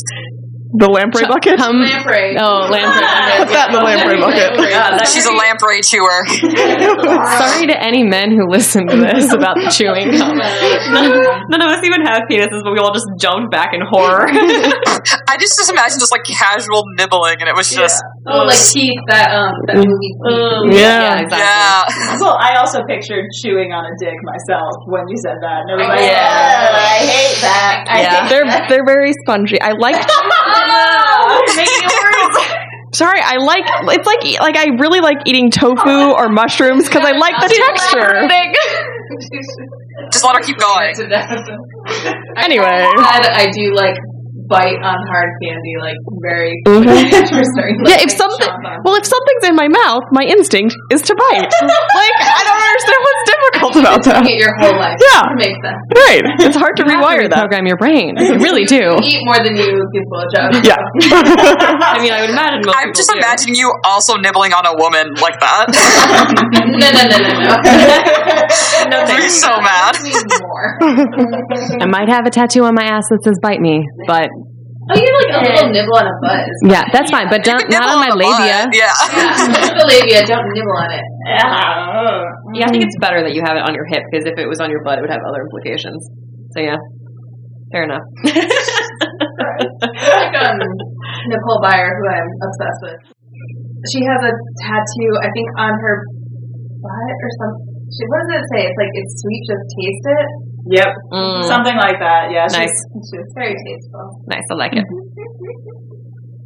Speaker 3: the lamprey bucket.
Speaker 2: Come,
Speaker 8: lamprey.
Speaker 2: oh, Lamprey.
Speaker 3: Put that in the lamprey bucket.
Speaker 8: Uh,
Speaker 6: She's a lamprey chewer.
Speaker 2: Sorry to any men who listen to this about the chewing gum.
Speaker 5: None of us even have penises, but we all just jumped back in horror.
Speaker 6: I just just imagine just like casual nibbling, and it was just
Speaker 8: Oh, like teeth. That um, that movie.
Speaker 5: Um,
Speaker 3: Yeah.
Speaker 6: Yeah.
Speaker 4: Well, I also pictured chewing on a dick myself when you said that. And I was like,
Speaker 6: Yeah.
Speaker 4: "Ugh, I hate that. I
Speaker 6: Yeah.
Speaker 4: think-
Speaker 3: They're they're very spongy. I like. Sorry, I like it's like e- like I really like eating tofu or mushrooms because I like the texture.
Speaker 6: Just let her keep going.
Speaker 8: To death.
Speaker 3: Anyway,
Speaker 8: But I do like bite on hard candy, like very.
Speaker 3: Mhm.
Speaker 8: Starting,
Speaker 3: yeah. If something well, if something's in my mouth, my instinct is to bite. Like I don't understand what's difficult about that.
Speaker 8: Get your whole life.
Speaker 3: Yeah.
Speaker 8: It makes sense.
Speaker 3: Right, it's hard to rewire that.
Speaker 2: program your brain. You really do.
Speaker 8: Eat more than you give blowjobs.
Speaker 3: Yeah.
Speaker 5: I mean, I would imagine most
Speaker 6: I'm
Speaker 5: people
Speaker 6: just
Speaker 5: do.
Speaker 6: imagining you also nibbling on a woman like that.
Speaker 8: No, no, no, no, no.
Speaker 6: I'd be so mad.
Speaker 8: I need more.
Speaker 2: I might have a tattoo on my ass that says "bite me," but
Speaker 8: Oh, you have like a little nibble on a butt.
Speaker 2: yeah, that's fine. But
Speaker 6: You
Speaker 2: don't,
Speaker 6: could
Speaker 2: not
Speaker 6: nibble
Speaker 2: on my
Speaker 6: the butt.
Speaker 2: labia.
Speaker 6: Yeah.
Speaker 8: Yeah, the labia. Don't nibble on it.
Speaker 5: Yeah, I think it's better that you have it on your hip because if it was on your butt, it would have other implications. So yeah, fair enough.
Speaker 8: like um, Nicole Byer, who I'm obsessed with. She has a tattoo, I think, on her butt or something. She, what does it say? It's like it's sweet, just taste it.
Speaker 4: Yep.
Speaker 8: Mm.
Speaker 6: Mm.
Speaker 4: Something like that. Yeah. She's,
Speaker 5: Nice.
Speaker 4: she's-
Speaker 8: Very tasteful.
Speaker 5: Nice, I like it.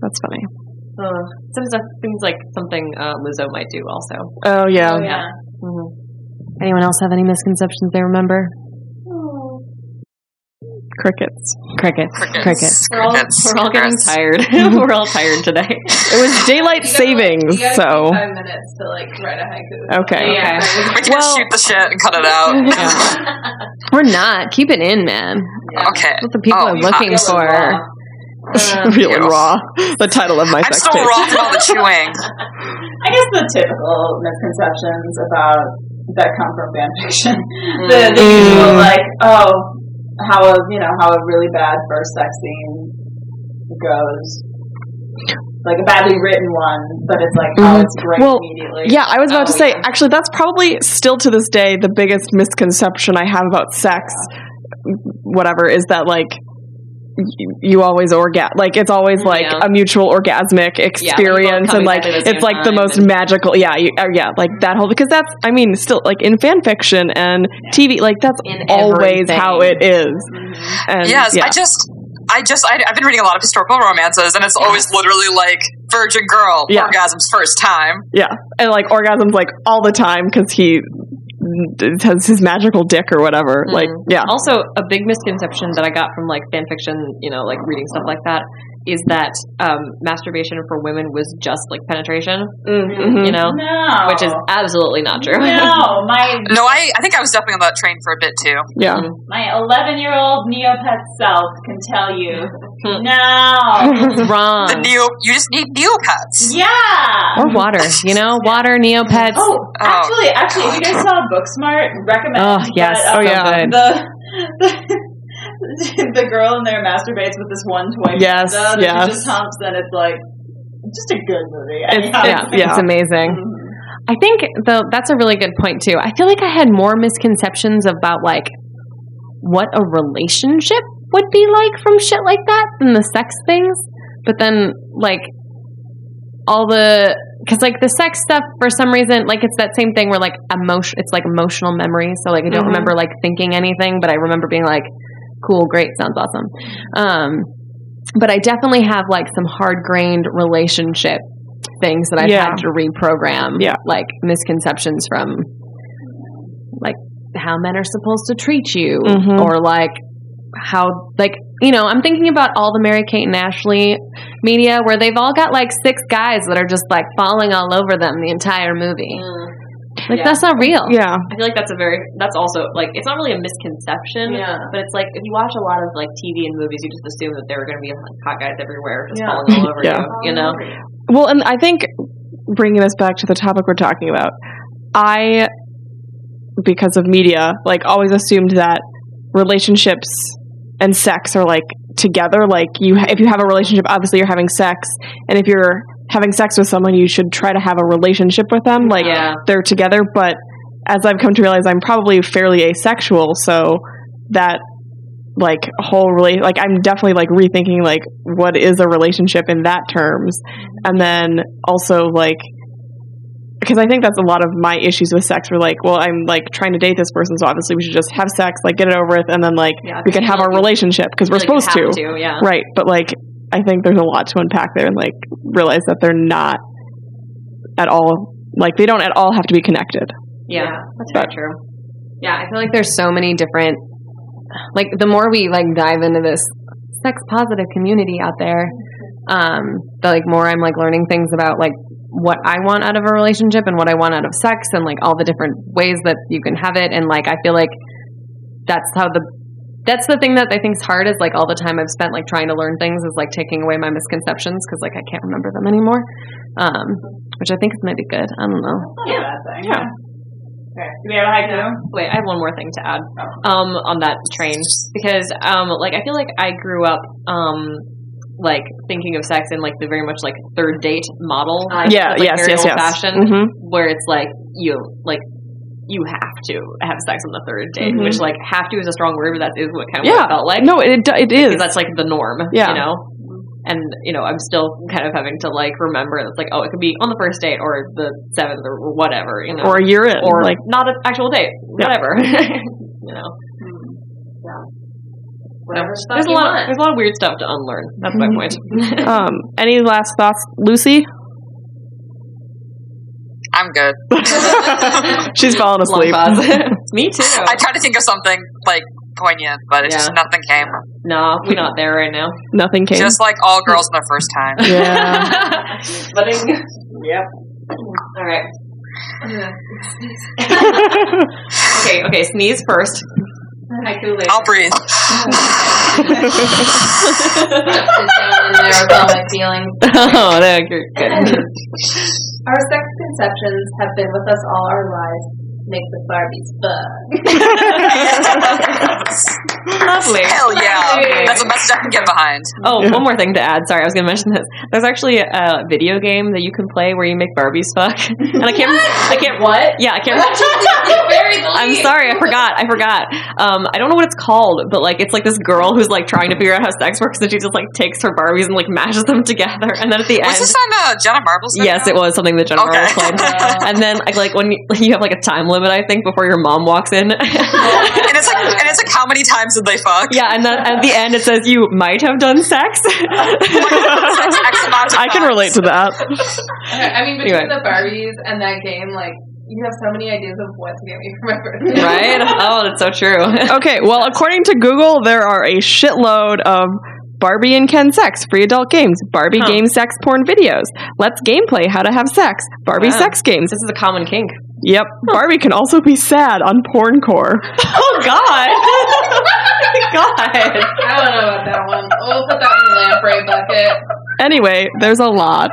Speaker 3: That's funny.
Speaker 5: Uh, some stuff seems like something uh, Lizzo might do also.
Speaker 3: Oh yeah.
Speaker 2: Anyone else have any misconceptions they remember?
Speaker 3: crickets.
Speaker 2: Crickets.
Speaker 6: Crickets.
Speaker 2: Crickets.
Speaker 5: We're all,
Speaker 6: Crickets.
Speaker 5: we're all getting
Speaker 6: Crickets.
Speaker 5: tired. we're all tired today.
Speaker 3: It was daylight
Speaker 8: You
Speaker 3: savings,
Speaker 8: gotta
Speaker 3: so
Speaker 8: take five minutes to like write a haiku.
Speaker 3: okay.
Speaker 5: Yeah.
Speaker 6: We can just shoot the shit and cut it out.
Speaker 2: We're not. Keep it in, man.
Speaker 6: Okay.
Speaker 2: That's what the people
Speaker 6: Oh,
Speaker 2: are
Speaker 6: you
Speaker 2: looking
Speaker 6: hot.
Speaker 2: for.
Speaker 3: Feeling
Speaker 6: Ew.
Speaker 3: raw. The title of my
Speaker 6: I'm
Speaker 3: sex
Speaker 6: still
Speaker 3: tape.
Speaker 6: raw from all the chewing.
Speaker 4: I guess the typical misconceptions about that come from fan fiction. the the
Speaker 3: Mm.
Speaker 4: usual like, oh, how a you know how a really bad first sex scene goes, like a badly written one, but it's like oh,
Speaker 3: Mhm.
Speaker 4: it's great
Speaker 3: Well,
Speaker 4: immediately.
Speaker 3: Yeah, I was about
Speaker 4: Oh,
Speaker 3: to say.
Speaker 4: yeah.
Speaker 3: Actually, that's probably still to this day the biggest misconception I have about sex. Whatever is that like. y- You always orgasm like it's always like
Speaker 5: Yeah.
Speaker 3: a mutual orgasmic experience,
Speaker 5: come
Speaker 3: and like
Speaker 5: exactly the
Speaker 3: it's
Speaker 5: same
Speaker 3: like the
Speaker 5: time
Speaker 3: most
Speaker 5: and-
Speaker 3: magical. Yeah, you, uh, yeah, like that whole because that's I mean still like in fan fiction and TV, like that's
Speaker 2: In
Speaker 3: always
Speaker 2: everything.
Speaker 3: how it is. And,
Speaker 6: yes,
Speaker 3: yeah.
Speaker 6: I just, I just, I, I've been reading a lot of historical romances, and it's always literally like virgin girl
Speaker 3: Yeah.
Speaker 6: orgasms first time.
Speaker 3: Yeah, and like orgasms like all the time because he d- has his magical dick or whatever.
Speaker 5: Mm.
Speaker 3: Like, yeah,
Speaker 5: Also, a big misconception that I got from like fan fiction, you know, like reading stuff like that, is that um, masturbation for women was just like penetration,
Speaker 2: Mm-hmm.
Speaker 5: you know,
Speaker 4: no,
Speaker 5: which is absolutely not true.
Speaker 4: no. My
Speaker 6: No, I, I think I was definitely on that train for a bit too.
Speaker 3: yeah.
Speaker 4: my 11 year old Neopet self can tell you no.
Speaker 2: Wrong.
Speaker 3: Hmm.
Speaker 6: The neo, you just need neopets.
Speaker 4: Yeah.
Speaker 2: or water. You know, water, Neopets.
Speaker 4: Oh, actually, actually, if you guys saw Booksmart, recommend.
Speaker 2: Oh, yes.
Speaker 4: But,
Speaker 2: Oh,
Speaker 4: um,
Speaker 2: yeah.
Speaker 4: The, the the girl in there masturbates with this one toy.
Speaker 3: Yes,
Speaker 4: pizza that
Speaker 3: yes.
Speaker 4: She just humps, and it's like just a good movie.
Speaker 3: It's-
Speaker 4: I-
Speaker 3: yeah, yeah. Mm-hmm.
Speaker 2: It's amazing.
Speaker 4: Mhm.
Speaker 2: I think though that's a really good point too. I feel like I had more misconceptions about like what a relationship would be like from shit like that than the sex things. But then like all the because like the sex stuff for some reason like it's that same thing where like emotion it's like emotional memory. So like I don't
Speaker 3: Mhm.
Speaker 2: remember like thinking anything, but I remember being like, cool, great, sounds awesome. Um, but I definitely have like some hard grained relationship things that I've
Speaker 3: Yeah.
Speaker 2: had to reprogram.
Speaker 3: Yeah.
Speaker 2: Like misconceptions from like how men are supposed to treat you
Speaker 3: Mhm.
Speaker 2: or like how like you know, I'm thinking about all the Mary Kate and Ashley media where they've all got like six guys that are just like falling all over them the entire movie. Like
Speaker 5: Mm. Yeah.
Speaker 2: that's not real.
Speaker 3: Yeah,
Speaker 5: I feel like that's a very that's also like it's not really a misconception,
Speaker 8: Yeah.
Speaker 5: but it's like if you watch a lot of like TV and movies, you just assume that there are going to be like hot guys everywhere just
Speaker 8: Yeah.
Speaker 5: falling all over
Speaker 3: Yeah.
Speaker 5: you, you know.
Speaker 3: well, and I think bringing us back to the topic we're talking about, I because of media, like always assumed that relationships and sex are like together. Like you, ha- if you have a relationship, obviously you're having sex, and if you're having sex with someone, you should try to have a relationship with them. Like
Speaker 5: Yeah.
Speaker 3: they're together. But as I've come to realize, I'm probably fairly asexual, so that like whole relate like I'm definitely like rethinking like what is a relationship in that terms and then also like because I think that's a lot of my issues with sex were like well I'm like trying to date this person so obviously we should just have sex like get it over with and then like
Speaker 2: Yeah,
Speaker 3: we can have our relationship because we're
Speaker 2: Like, you
Speaker 3: supposed to
Speaker 2: have to. Yeah.
Speaker 3: right but like I think there's a lot to unpack there and like realize that they're not at all like they don't at all have to be connected
Speaker 2: Yeah.
Speaker 3: that's very
Speaker 2: true.
Speaker 11: Yeah, I feel like there's so many different like the more we like dive into this sex positive community out there, um, the like more I'm like learning things about like what I want out of a relationship and what I want out of sex and like all the different ways that you can have it and like I feel like that's how the that's the thing that I think is hard is like all the time I've spent like trying to learn things is like taking away my misconceptions because like I can't remember them anymore, um, which I think is maybe good. I don't know.
Speaker 4: Yeah. Bad thing. yeah. Okay. Do we have a high note?
Speaker 2: Wait, I have one more thing to add um, on that train because, um, like, I feel like I grew up, um, like, thinking of sex in like the very much like third date model.
Speaker 3: yeah
Speaker 2: like,
Speaker 3: yes
Speaker 2: very
Speaker 3: yes
Speaker 2: old
Speaker 3: yes
Speaker 2: fashioned,
Speaker 3: Mhm.
Speaker 2: where it's like you like you have to have sex on the third date,
Speaker 3: Mhm.
Speaker 2: which like have to is a strong word, but that is what kind of what
Speaker 3: Yeah.
Speaker 2: it felt like.
Speaker 3: no it, it
Speaker 2: Because
Speaker 3: is
Speaker 2: that's like the norm,
Speaker 3: Yeah.
Speaker 2: you know. And you know, I'm still kind of having to like remember it's like, oh, it could be on the first date or the seventh or whatever, you know,
Speaker 3: or a year in
Speaker 2: or
Speaker 3: like
Speaker 2: not an actual date, whatever, you know.
Speaker 8: Whatever the fuck
Speaker 2: There's a
Speaker 8: you
Speaker 2: lot.
Speaker 8: want.
Speaker 2: There's a lot of weird stuff to unlearn. That's my point.
Speaker 3: um any last thoughts lucy
Speaker 6: I'm good.
Speaker 3: she's falling asleep
Speaker 2: Me too.
Speaker 6: I tried to think of something like poignant, but it's just nothing came.
Speaker 2: no, we're not there right now.
Speaker 3: nothing came
Speaker 6: Just like all girls in the first time.
Speaker 3: yeah
Speaker 4: Yep.
Speaker 2: All right. Okay. Okay. Sneeze first.
Speaker 8: I could like
Speaker 6: I'll breathe.
Speaker 8: sit down in there with all my feelings.
Speaker 2: oh, no, you're good.
Speaker 8: Our sex conceptions have been with us all our lives. Make the Barbies fuck.
Speaker 2: Lovely.
Speaker 6: Hell yeah. That's a message I can get behind.
Speaker 2: Oh, one more thing to add. Sorry, I was going to mention this. There's actually a video game that you can play where you make Barbies fuck, and I can't. I can't. What? Yeah, I can't. I'm sorry, I forgot. I forgot. Um, I don't know what it's called, but like it's like this girl who's like trying to figure out how sex works, and she just like takes her Barbies and like mashes them together, and then at the end,
Speaker 6: Was this on uh, Jenna Marbles? video?
Speaker 2: Yes, it was something that Jennifer
Speaker 6: Okay.
Speaker 2: was played. and then like, like when you, you have like a time limit, I think before your mom walks in. yeah,
Speaker 6: And it's like, and it's like, how many times did they fuck?
Speaker 2: and then at the end it says you might have done sex.
Speaker 6: Like, X amount of
Speaker 3: i can
Speaker 6: times.
Speaker 3: relate to that
Speaker 8: I mean, between
Speaker 2: Anyway.
Speaker 8: the Barbies and that game, like, you have so many ideas of what to get me for my birthday.
Speaker 2: right? Oh, that's so true.
Speaker 3: okay well according to google there are a shitload of Barbie and Ken sex, free adult games, Barbie
Speaker 2: Huh.
Speaker 3: game sex porn videos, let's gameplay how to have sex, Barbie
Speaker 2: Wow.
Speaker 3: sex games.
Speaker 2: This is a common kink.
Speaker 3: Yep, Barbie can also be sad on porncore.
Speaker 2: Oh God! God.
Speaker 8: I don't know about that one. We'll put that in the lamprey bucket.
Speaker 3: Anyway, there's a lot.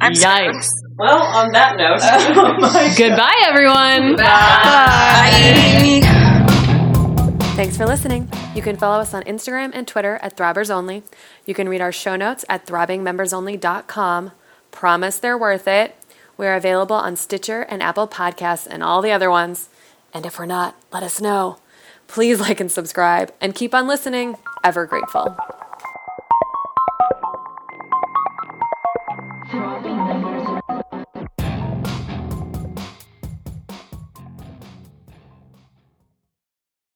Speaker 6: I'm scared.
Speaker 2: Yikes. Well, on that note, Oh,
Speaker 11: Goodbye, everyone.
Speaker 12: Thanks for listening. You can follow us on Instagram and Twitter at Throbbers Only. You can read our show notes at throbbingmembersonly.com. Promise they're worth it. We're available on Stitcher and Apple Podcasts and all the other ones. And if we're not, let us know. Please like and subscribe and keep on listening. Ever grateful.
Speaker 13: Throbbing members